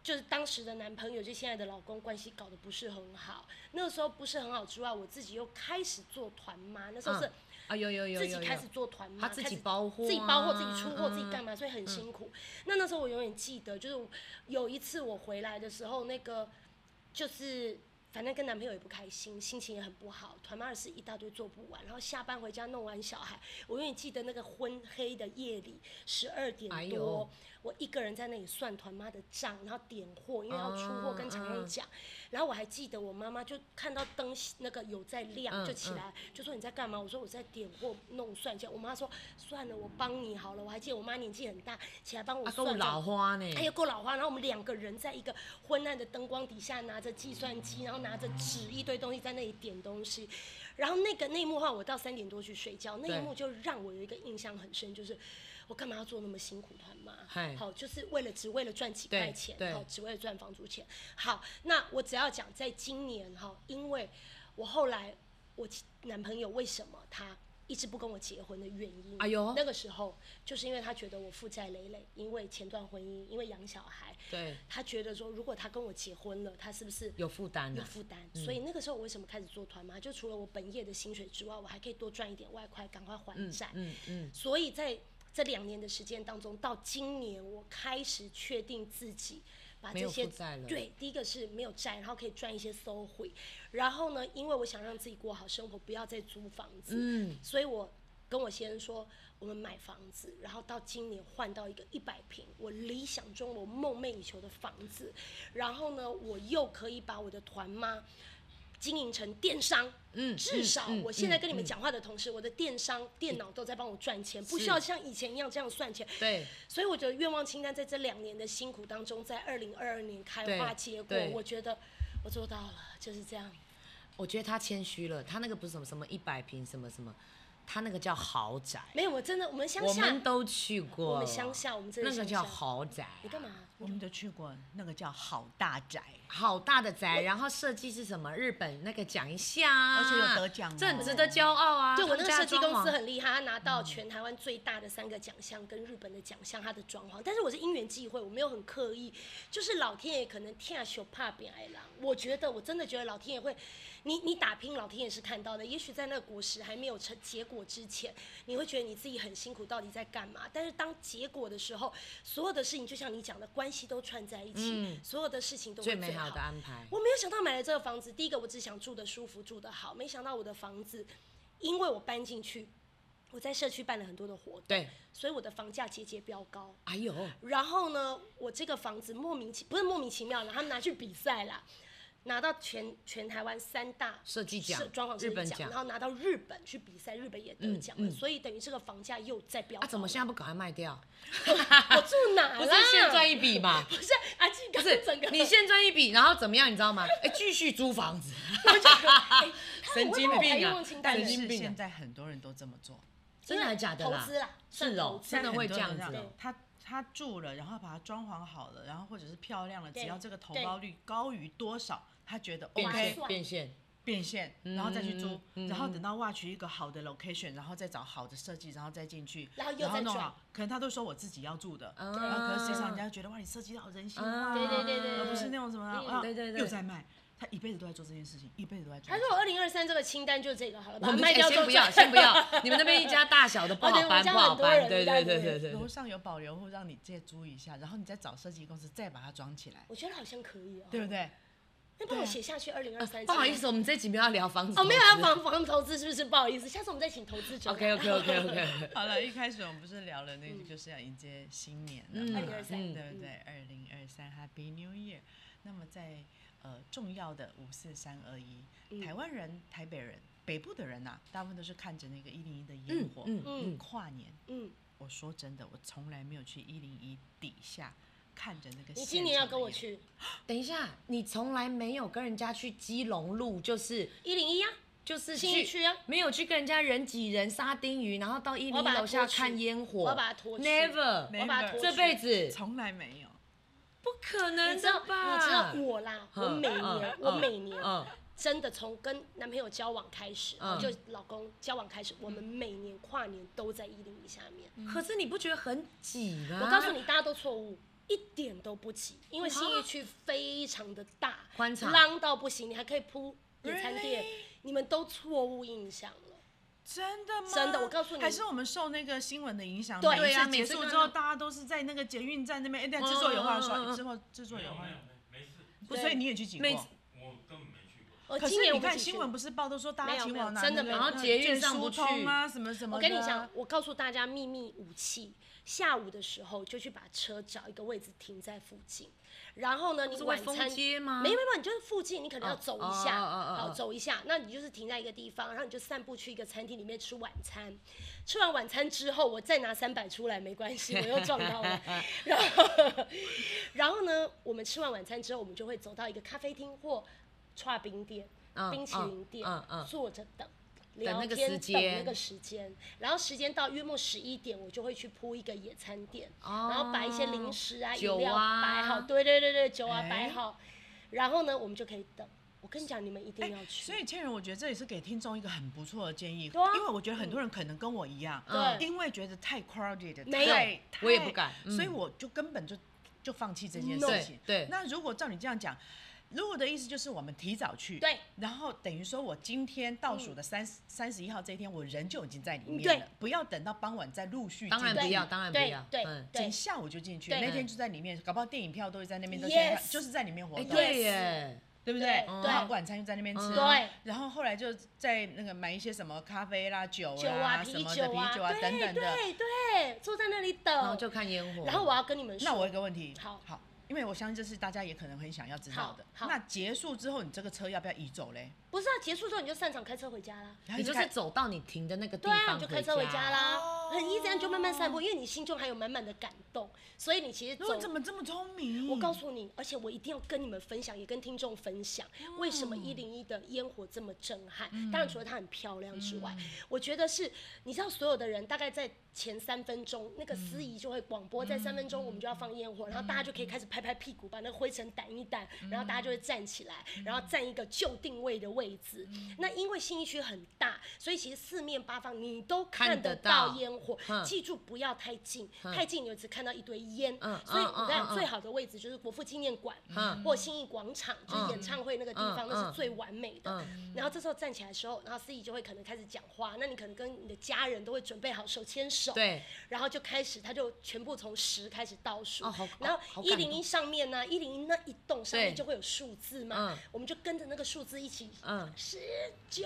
Speaker 4: 就是当时的男朋友，就现在的老公关系搞得不是很好。那个时候不是很好之外，我自己又开始做团妈，那时候是
Speaker 3: 嗯啊有有有有
Speaker 4: 自己
Speaker 3: 有
Speaker 4: 开始做团妈，
Speaker 3: 他自
Speaker 4: 嗯开
Speaker 3: 己
Speaker 4: 始
Speaker 3: 包货啊
Speaker 4: 自己包货、自己出货、
Speaker 3: 嗯
Speaker 4: 自己干嘛，所以很辛苦。那那时候我永远记得，就是有一次我回来的时候，那个就是反正跟男朋友也不开心，心情也很不好，团妈的事一大堆做不完，然后下班回家弄完小孩，我永远记得那个昏黑的夜里十二点
Speaker 3: 哎
Speaker 4: 多。
Speaker 3: 呦
Speaker 4: 我一个人在那里算团妈的账，然后点货，因为要出货
Speaker 3: 嗯
Speaker 4: 跟常人
Speaker 3: 嗯
Speaker 4: 讲。然后我还记得我妈妈就看到灯那个有在亮，
Speaker 3: 嗯
Speaker 4: 就起来就说你在干嘛？我说我在点货弄蒜酱。我妈说算了，我帮你好了。我还记得我妈年纪很大，起来帮我
Speaker 3: 啊，够
Speaker 4: 算
Speaker 3: 老
Speaker 4: 账。
Speaker 3: 花呢，
Speaker 4: 哎呀，够老花！然后我们两个人在一个昏暗的灯光底下，拿着计算机，然后拿着纸，一堆东西在那里点东西。然后那个那一幕的话，我到三点多去睡觉，那一
Speaker 3: 对
Speaker 4: 幕就让我有一个印象很深，就是我干嘛要做那么辛苦团妈？
Speaker 3: 嗨
Speaker 4: 好，就是为了只为了赚几块
Speaker 3: 对
Speaker 4: 钱，
Speaker 3: 对
Speaker 4: 好，只为了赚房租钱。好，那我只要讲，在今年哈，因为我后来我男朋友为什么他一直不跟我结婚的原因，
Speaker 3: 哎呦
Speaker 4: 那个时候就是因为他觉得我负债累累，因为前段婚姻，因为养小孩，
Speaker 3: 对，
Speaker 4: 他觉得说如果他跟我结婚了，他是不是
Speaker 3: 有负担啊嗯
Speaker 4: 有
Speaker 3: 的，
Speaker 4: 负担，所以那个时候我为什么开始做团妈？就除了我本业的薪水之外，我还可以多赚一点外快，赶快还债。
Speaker 3: 嗯嗯，
Speaker 4: 所以在这两年的时间当中，到今年我开始确定自己把
Speaker 3: 没
Speaker 4: 这
Speaker 3: 有
Speaker 4: 些
Speaker 3: 负债了
Speaker 4: 对，第一个是没有债，然后可以赚一些收回。然后呢，因为我想让自己过好生活，不要再租房子，
Speaker 3: 嗯
Speaker 4: 所以我跟我先生说，我们买房子，然后到今年换到一个一百平，我理想中我梦寐以求的房子，然后呢，我又可以把我的团妈经营成电商。
Speaker 3: 嗯，
Speaker 4: 至少
Speaker 3: 嗯
Speaker 4: 我现在跟你们
Speaker 3: 嗯
Speaker 4: 讲话的同时，我的电商、电脑都在帮我赚钱，不
Speaker 3: 是
Speaker 4: 需要像以前一样这样算钱。
Speaker 3: 嗯对，
Speaker 4: 所以我觉得愿望清单在这两年的辛苦当中，在二零二二年开花
Speaker 3: 对
Speaker 4: 结果
Speaker 3: 对，
Speaker 4: 我觉得我做到了，就是这样。
Speaker 3: 我觉得他谦虚了，他那个不是什么什么一百平什么什么，他那个叫豪宅，
Speaker 4: 没有，我真的，我们乡
Speaker 3: 我
Speaker 4: 下
Speaker 3: 们，都去过了，
Speaker 4: 我们乡下我们真的
Speaker 3: 那个
Speaker 4: 乡
Speaker 3: 叫
Speaker 4: 下
Speaker 3: 豪宅啊，
Speaker 4: 你干嘛？
Speaker 2: 我们都去过那个叫好大宅，
Speaker 3: 好大的宅，然后设计是什么？日本那个讲一下啊，
Speaker 2: 而且有得奖哦
Speaker 3: 这很值得骄傲啊！
Speaker 4: 对我
Speaker 3: 他
Speaker 4: 那
Speaker 3: 们
Speaker 4: 个
Speaker 3: 家
Speaker 4: 设
Speaker 3: 的
Speaker 4: 计公
Speaker 3: 装
Speaker 4: 司
Speaker 3: 潢
Speaker 4: 很厉害，他拿到
Speaker 3: 嗯
Speaker 4: 全台湾最大的三个奖项跟日本的奖项，他的装潢。但是我是因缘际会，我没有很刻意，就是老天爷可能天修怕扁爱狼。我觉得我真的觉得老天爷会，你你打拼，老天爷是看到的。也许在那个果实还没有成结果之前，你会觉得你自己很辛苦，到底在干嘛？但是当结果的时候，所有的事情就像你讲的，关系都串在一起，
Speaker 3: 嗯
Speaker 4: 所有的事情都会
Speaker 3: 最
Speaker 4: 最
Speaker 3: 美好的安排。
Speaker 4: 我没有想到买了这个房子，第一个我只想住的舒服，住的好，没想到我的房子，因为我搬进去，我在社区办了很多的活动，
Speaker 3: 对，
Speaker 4: 所以我的房价节节飙高。
Speaker 3: 哎呦，
Speaker 4: 然后呢，我这个房子莫名其不是莫名其妙啦，然后拿去比赛啦，拿到全全台湾三大
Speaker 3: 设计奖
Speaker 4: 设装潢设
Speaker 3: 日本
Speaker 4: 计奖，
Speaker 3: 奖嗯
Speaker 4: 然后拿到日本去比赛，日本也得奖了，所以等于这个房价又在飙高了。
Speaker 3: 啊，怎么现在不赶快卖掉？
Speaker 4: 我住哪啦？
Speaker 3: 不是现赚一笔 嘛？
Speaker 4: 不是阿静，
Speaker 3: 不
Speaker 4: 刚
Speaker 3: 是
Speaker 4: 刚整个，
Speaker 3: 你现赚一笔，然后怎么样？你知道吗？哎，继续租房子，
Speaker 4: 我就觉得哎他怎
Speaker 3: 神
Speaker 4: 么
Speaker 3: 经
Speaker 4: 会帮我排
Speaker 3: 病
Speaker 4: 愿
Speaker 3: 啊
Speaker 4: 望！清单
Speaker 3: 但
Speaker 2: 但
Speaker 4: 呢
Speaker 3: 神经
Speaker 2: 是
Speaker 3: 病
Speaker 2: 现
Speaker 3: 啊！
Speaker 2: 在很多人都这么做，
Speaker 3: 真的还假的
Speaker 4: 投
Speaker 3: 啦？
Speaker 4: 资啦，算
Speaker 3: 是哦
Speaker 4: 投，资
Speaker 3: 真的会这样
Speaker 2: 现在很多
Speaker 3: 子哦
Speaker 2: 人。他他住了，然后把它装潢好了，然后或者是漂亮了，
Speaker 4: 对
Speaker 2: 只要这个投
Speaker 4: 对
Speaker 2: 报率高于多少，他觉得
Speaker 3: 变
Speaker 2: OK
Speaker 4: 划
Speaker 3: 现
Speaker 4: 算
Speaker 3: 变现，
Speaker 2: 变现，然后再去租，
Speaker 3: 嗯
Speaker 2: 然后等到挖取一个好的 location，然后再找好的设计，然后再进去，
Speaker 4: 然后又再
Speaker 2: 弄
Speaker 4: 转
Speaker 2: 好。可能他都说我自己要住的，
Speaker 3: 啊
Speaker 2: 然后可是实际上人家觉得哇，你设计得好人
Speaker 4: 啊
Speaker 2: 啊性化，
Speaker 3: 对对对对
Speaker 2: 而不是那种什么
Speaker 4: 嗯
Speaker 2: 啊，
Speaker 3: 对对对
Speaker 2: 又在卖，他一辈子都在做这件事情，一辈子都在做。
Speaker 4: 他说我二零二三这个清单就这个好了，
Speaker 3: 我
Speaker 4: 把它
Speaker 3: 们
Speaker 4: 卖
Speaker 3: 哎
Speaker 4: 掉之
Speaker 3: 先
Speaker 4: 后
Speaker 3: 不要，
Speaker 4: 赚
Speaker 3: 先不要，你们那边一家大小的不
Speaker 4: 哦对
Speaker 3: 好
Speaker 4: 我
Speaker 3: 搬，
Speaker 4: 家
Speaker 3: 不好
Speaker 4: 很多
Speaker 3: 搬，
Speaker 4: 人
Speaker 3: 对
Speaker 4: 这
Speaker 3: 对
Speaker 4: 样
Speaker 3: 对
Speaker 4: 子
Speaker 3: 对对对
Speaker 2: 楼。上有保留户让你借租一下，然后你再找设计公司再把它装起来，
Speaker 4: 我觉得好像可以哦，
Speaker 2: 对不？对？
Speaker 4: 那帮我写下去，二零二三。
Speaker 3: 哦不好意思，我们这集没有要聊房子，
Speaker 4: 哦，没有要。房房投资是不是？不好意思，下次我们再请投资者。
Speaker 3: OK OK OK
Speaker 4: 哎
Speaker 3: OK。
Speaker 2: 好了，一开始我们不是聊了那个就是要迎接新年了
Speaker 3: 嗯
Speaker 2: 嘛，
Speaker 4: 2023
Speaker 2: 对不对？二零二三 Happy New Year。那么在呃重要的五四三二一，台湾人、台北人、北部的人呐、大部分都是看着那个一零一的烟火，
Speaker 3: 嗯
Speaker 4: 嗯
Speaker 2: 跨年。
Speaker 4: 嗯，
Speaker 2: 我说真的，我从来没有去一零一底下看着那个。
Speaker 4: 你今年要跟我？去
Speaker 3: 等一下，你从来没有跟人家去基隆路，就是
Speaker 4: 一零一啊？
Speaker 3: 就是
Speaker 4: 新一
Speaker 3: 去
Speaker 4: 区啊
Speaker 3: 没有去跟人家人挤人沙丁鱼，然后到一零
Speaker 4: 我要把它
Speaker 3: 楼下
Speaker 4: 拖去
Speaker 3: 看烟火，
Speaker 4: 我要把它拖去
Speaker 3: Never，
Speaker 4: 我把它
Speaker 2: Never
Speaker 4: 拖
Speaker 3: 这
Speaker 4: 去
Speaker 3: 辈子
Speaker 2: 从来没有。
Speaker 3: 不可能
Speaker 4: 你知
Speaker 3: 的
Speaker 4: 道你知
Speaker 3: 吧？
Speaker 4: 道我啦，我
Speaker 3: 嗯
Speaker 4: 每
Speaker 3: 嗯
Speaker 4: 年
Speaker 3: 嗯
Speaker 4: 我每年
Speaker 3: 嗯
Speaker 4: 真的从跟男朋友交往开始
Speaker 3: 嗯，
Speaker 4: 就老公交往开始，我们每年跨年都在一零一下面。
Speaker 3: 可是你不觉得很挤吗？
Speaker 2: 啊
Speaker 4: 我告诉你，大家都错误。一点都不挤，因为
Speaker 2: 啊
Speaker 4: 新义区非常的大，
Speaker 3: 宽敞
Speaker 4: 浪到不行，你还可以铺野餐垫
Speaker 2: Really？
Speaker 4: 你们都错误印象了。
Speaker 2: 真的吗？
Speaker 4: 真的我告诉你
Speaker 2: 还是我们受那个新闻的影响。
Speaker 4: 对
Speaker 2: 每一次
Speaker 3: 对啊每
Speaker 2: 结
Speaker 3: 次
Speaker 2: 束
Speaker 3: 看
Speaker 2: 之后，
Speaker 3: 到
Speaker 2: 大家都是在那个捷运站那边，哎，但制作有话
Speaker 3: 嗯嗯嗯
Speaker 2: 说，
Speaker 3: 嗯
Speaker 2: 之后制作有话
Speaker 5: 没
Speaker 2: 说
Speaker 5: 有，没没事，
Speaker 2: 不
Speaker 4: 对
Speaker 2: 所以你也去挤过
Speaker 3: 每。次
Speaker 5: 我根本没去过。
Speaker 4: 我
Speaker 2: 可
Speaker 4: 今
Speaker 2: 是
Speaker 4: 年
Speaker 2: 你
Speaker 4: 我们
Speaker 2: 看
Speaker 4: 几
Speaker 2: 新
Speaker 4: 区
Speaker 2: 闻不是报都说大
Speaker 4: 没
Speaker 2: 家
Speaker 4: 有
Speaker 2: 请
Speaker 4: 没有
Speaker 2: 往哪
Speaker 4: 真的
Speaker 2: 那
Speaker 4: 没
Speaker 2: 个
Speaker 4: 有
Speaker 3: 然后捷运
Speaker 2: 建
Speaker 3: 上不
Speaker 2: 书通
Speaker 3: 去
Speaker 2: 啊，什么什么。
Speaker 4: 我跟你讲，，我告诉大家秘密武器：下午的时候就去把车找一个位置停在附近，然后呢，你
Speaker 3: 是会
Speaker 4: 晚
Speaker 3: 封
Speaker 4: 餐
Speaker 3: 街吗
Speaker 4: 没有没有，你就是附近，你可能要
Speaker 3: 哦
Speaker 4: 走
Speaker 3: 哦
Speaker 4: 一下，
Speaker 3: 哦哦哦
Speaker 4: 好走一下。那你就是停在一个地方，然后你就散步去一个餐厅里面吃晚餐。吃完晚餐之后，我再拿三百出来没关系，我又撞 到了。然后，然后呢，我们吃完晚餐之后，我们就会走到一个咖啡厅或串冰店、
Speaker 3: 嗯
Speaker 4: 冰淇淋店，
Speaker 3: 嗯嗯嗯
Speaker 4: 坐着等。
Speaker 3: 等
Speaker 4: 聊
Speaker 3: 那个
Speaker 4: 天
Speaker 3: 时
Speaker 4: 等那
Speaker 3: 间
Speaker 4: 个时间，然后时间到约莫十一点，我就会去铺一个野餐垫，
Speaker 3: 哦
Speaker 4: 然后摆一些零食啊、
Speaker 3: 酒
Speaker 4: 饮料
Speaker 3: 啊
Speaker 4: 摆好，对对对对，酒啊
Speaker 2: 哎
Speaker 4: 摆好，然后呢，我们就可以等。我跟你讲，你们一定要去。
Speaker 2: 哎所以倩人，我觉得这也是给听众一个很不错的建议，
Speaker 4: 对啊
Speaker 2: 因为我觉得很多人可能跟我一样，
Speaker 4: 嗯
Speaker 2: 因为觉得太 crowded，
Speaker 4: 没有
Speaker 2: 太
Speaker 3: 我也
Speaker 2: 太
Speaker 3: 不敢嗯
Speaker 2: 所以我就根本就就放弃这件
Speaker 4: No
Speaker 2: 事情。
Speaker 3: 对对
Speaker 2: 那如果照你这样讲。如果的意思就是我们提早去，
Speaker 4: 对，
Speaker 2: 然后等于说我今天倒数的三三十一号这一天，我人就已经在里
Speaker 4: 嗯
Speaker 2: 面
Speaker 4: 对
Speaker 2: 了，不要等到傍晚再陆续进去。
Speaker 3: 当然不
Speaker 4: 对
Speaker 3: 要，当然不
Speaker 4: 对
Speaker 3: 要。
Speaker 4: 对
Speaker 3: 嗯
Speaker 2: 整
Speaker 4: 对
Speaker 2: 下午就进去，
Speaker 4: 对
Speaker 2: 那天就在里面，搞不好电影票都是在那边都先看
Speaker 4: Yes
Speaker 2: 就是在里面活
Speaker 3: 哎，
Speaker 2: 动，
Speaker 3: 对耶，
Speaker 2: 对不对？
Speaker 4: 对
Speaker 2: 然
Speaker 4: 对嗯
Speaker 2: 后晚餐就在那边吃，
Speaker 4: 对
Speaker 2: 然后后来就在那个买一些什么咖啡啦、酒
Speaker 4: 酒
Speaker 2: 啦、
Speaker 4: 啊、
Speaker 2: 什
Speaker 4: 啤
Speaker 2: 么的
Speaker 4: 酒
Speaker 2: 啤酒啊
Speaker 4: 对
Speaker 2: 等等的。
Speaker 4: 对对，坐在那里等。
Speaker 3: 然后就看烟火。
Speaker 4: 然后我要跟你们说，
Speaker 2: 那我有一个问题，
Speaker 4: 好
Speaker 2: 好，因为我相信这是大家也可能很想要知道的。
Speaker 4: 好好
Speaker 2: 那结束之后，你这个车要不要移走嘞？
Speaker 4: 不是啊，结束之后你就散场开车回家啦。
Speaker 2: 然后
Speaker 3: 你就
Speaker 2: 开
Speaker 3: 是走到你停的那个地
Speaker 4: 对啊，
Speaker 3: 方，
Speaker 4: 你就开车回家。啦
Speaker 2: 哦，
Speaker 4: 很 easy，啊你就慢慢散步，因为你心中还有满满的感动，所以你其实
Speaker 2: 如果
Speaker 4: 走
Speaker 2: 你怎么这么聪明？
Speaker 3: 嗯
Speaker 4: 我告诉你，而且我一定要跟你们分享，也跟听众分享，为什么一零一的烟火这么震撼。
Speaker 3: 嗯
Speaker 4: 当然，除了它很漂亮之外，我觉得是，你知道，所有的人大概在前三分钟，那个司
Speaker 3: 嗯
Speaker 4: 仪就会广播，在三分钟我们就要放烟火，然后大家就可以开始拍拍屁股，把那灰尘掸一掸，然后大家
Speaker 3: 嗯
Speaker 4: 就会站起来，然后站一个就定位的位
Speaker 3: 嗯
Speaker 4: 置。那因为新一区很大，所以其实四面八方你都看
Speaker 3: 看得
Speaker 4: 得到
Speaker 3: 到
Speaker 4: 烟火
Speaker 3: 嗯。
Speaker 4: 记住不要太近，
Speaker 3: 嗯
Speaker 4: 太近你就只看到一堆烟
Speaker 3: 嗯。
Speaker 4: 所以
Speaker 3: 嗯嗯
Speaker 4: 你看
Speaker 3: 嗯
Speaker 4: 最好的位置就是国父纪念馆。
Speaker 3: 嗯
Speaker 4: 或新义广场，就是演唱会那个地
Speaker 3: 嗯
Speaker 4: 方，那
Speaker 3: 嗯
Speaker 4: 是最完美的。然后这时候站起来的时候，然后司仪就会可能开始讲话，那你可能跟你的家人都会准备好手牵手，
Speaker 3: 对，
Speaker 4: 然后就开始，他就全部从十开始倒数，
Speaker 3: 哦好
Speaker 4: 然
Speaker 3: 哦好
Speaker 4: 后一
Speaker 3: 感动
Speaker 4: 零一上面呢、一零一那一栋上面
Speaker 3: 对
Speaker 4: 就会有数字嘛，
Speaker 3: 嗯
Speaker 4: 我们就跟着那个数字一起，
Speaker 3: 嗯
Speaker 4: 十九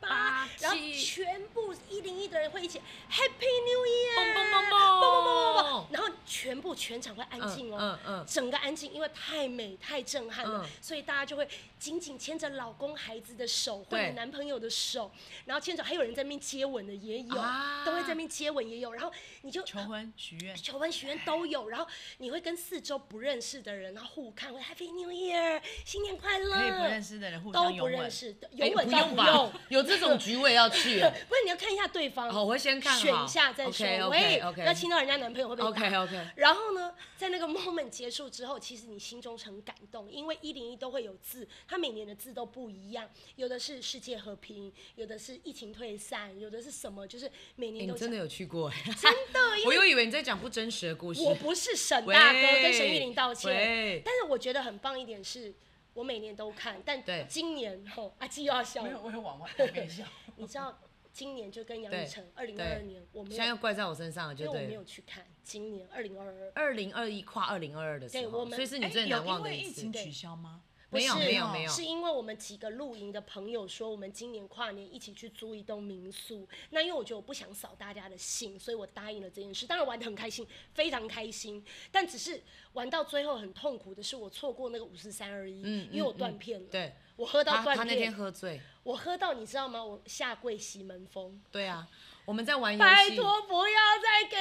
Speaker 4: 八
Speaker 3: 八，
Speaker 4: 然后
Speaker 3: 七
Speaker 4: 全部一零一的人会一起 Happy New Year，
Speaker 3: 蹦蹦蹦
Speaker 4: 蹦蹦
Speaker 3: 蹦
Speaker 4: 蹦，然后全部全场会安静哦。
Speaker 3: 嗯嗯
Speaker 4: 整个安静，因为太美太震撼了，
Speaker 3: 嗯
Speaker 4: 所以大家就会紧紧牵着老公、孩子的手，或
Speaker 3: 对
Speaker 4: 者男朋友的手，然后牵着，还有人在那边接吻的也有，
Speaker 3: 啊
Speaker 4: 都会在那边接吻也有，然后你就
Speaker 2: 求婚许愿，
Speaker 4: 求婚许愿都有，然后你会跟四周不认识的人，然后互看，会 Happy New Year，新年快乐，
Speaker 2: 可以不认识的人互
Speaker 4: 都
Speaker 2: 相
Speaker 4: 不
Speaker 2: 拥
Speaker 4: 认
Speaker 2: 吻，
Speaker 4: 识，对
Speaker 3: 哎
Speaker 4: 拥吻
Speaker 3: 不
Speaker 4: 倒
Speaker 3: 用
Speaker 4: 不
Speaker 3: 吧
Speaker 4: 用，？
Speaker 3: 有这种局我也要去啊。
Speaker 4: 不然你要看一下对方，
Speaker 3: 好我会先看
Speaker 4: 选
Speaker 3: 好
Speaker 4: 一下再说
Speaker 3: OK，OK，，
Speaker 4: 喂
Speaker 3: OK
Speaker 4: 不要亲到人家男朋友会被打。
Speaker 3: OK OK，
Speaker 4: 然后呢，在那个 moment 结束之后，其实你心中是很感动，因为一零一都会有字，它每年的字都不一样，有的是世界和平，有的是疫情退散，有的是什么，就是每年
Speaker 3: 你
Speaker 4: 都、
Speaker 3: 真的有去过哎？
Speaker 4: 真的，因
Speaker 3: 我
Speaker 4: 为
Speaker 3: 又以为你在讲不真实的故事。
Speaker 4: 我不是沈大哥，
Speaker 3: 喂
Speaker 4: 跟沈玉玲道歉
Speaker 3: 喂。
Speaker 4: 但是我觉得很棒一点是，我每年都看，但
Speaker 3: 对
Speaker 4: 今年吼阿基又要笑
Speaker 2: 没
Speaker 4: 了
Speaker 2: 有，，我有往外旁边笑。
Speaker 4: 你知道今年就跟杨
Speaker 3: 对
Speaker 4: 雨晨二零二二
Speaker 3: 对
Speaker 4: 年我没
Speaker 3: 现在又
Speaker 4: 有，
Speaker 3: 怪在我身上了，
Speaker 4: 因为
Speaker 3: 就
Speaker 4: 我
Speaker 3: 对
Speaker 4: 没
Speaker 3: 了
Speaker 4: 有。去看今年二零二二。
Speaker 3: 二零二一跨二零二二的时
Speaker 4: 对我
Speaker 3: 候，
Speaker 4: 们
Speaker 3: 所以是你
Speaker 2: 哎
Speaker 3: 最
Speaker 2: 有
Speaker 3: 难忘
Speaker 2: 因
Speaker 3: 的
Speaker 2: 为
Speaker 3: 一
Speaker 2: 疫
Speaker 3: 次
Speaker 2: 情。取消吗？
Speaker 4: 不
Speaker 3: 没有
Speaker 4: 是
Speaker 3: 没有
Speaker 4: 哦
Speaker 3: 没有
Speaker 4: 是因为我们几个露营的朋友说，我们今年跨年一起去租一栋民宿。那因为我觉得我不想扫大家的兴，所以我答应了这件事。当然玩的很开心，非常开心，但只是玩到最后很痛苦的是，我错过那个五十三二一，
Speaker 3: 嗯
Speaker 4: 因为我
Speaker 3: 嗯
Speaker 4: 断片了。
Speaker 3: 对，
Speaker 4: 我喝到
Speaker 3: 他
Speaker 4: 断
Speaker 3: 他那天
Speaker 4: 片，
Speaker 3: 喝醉，
Speaker 4: 我喝到你知道吗？我下跪洗门风，
Speaker 3: 对啊，我们在玩游
Speaker 4: 拜
Speaker 3: 戏，
Speaker 4: 托不要再给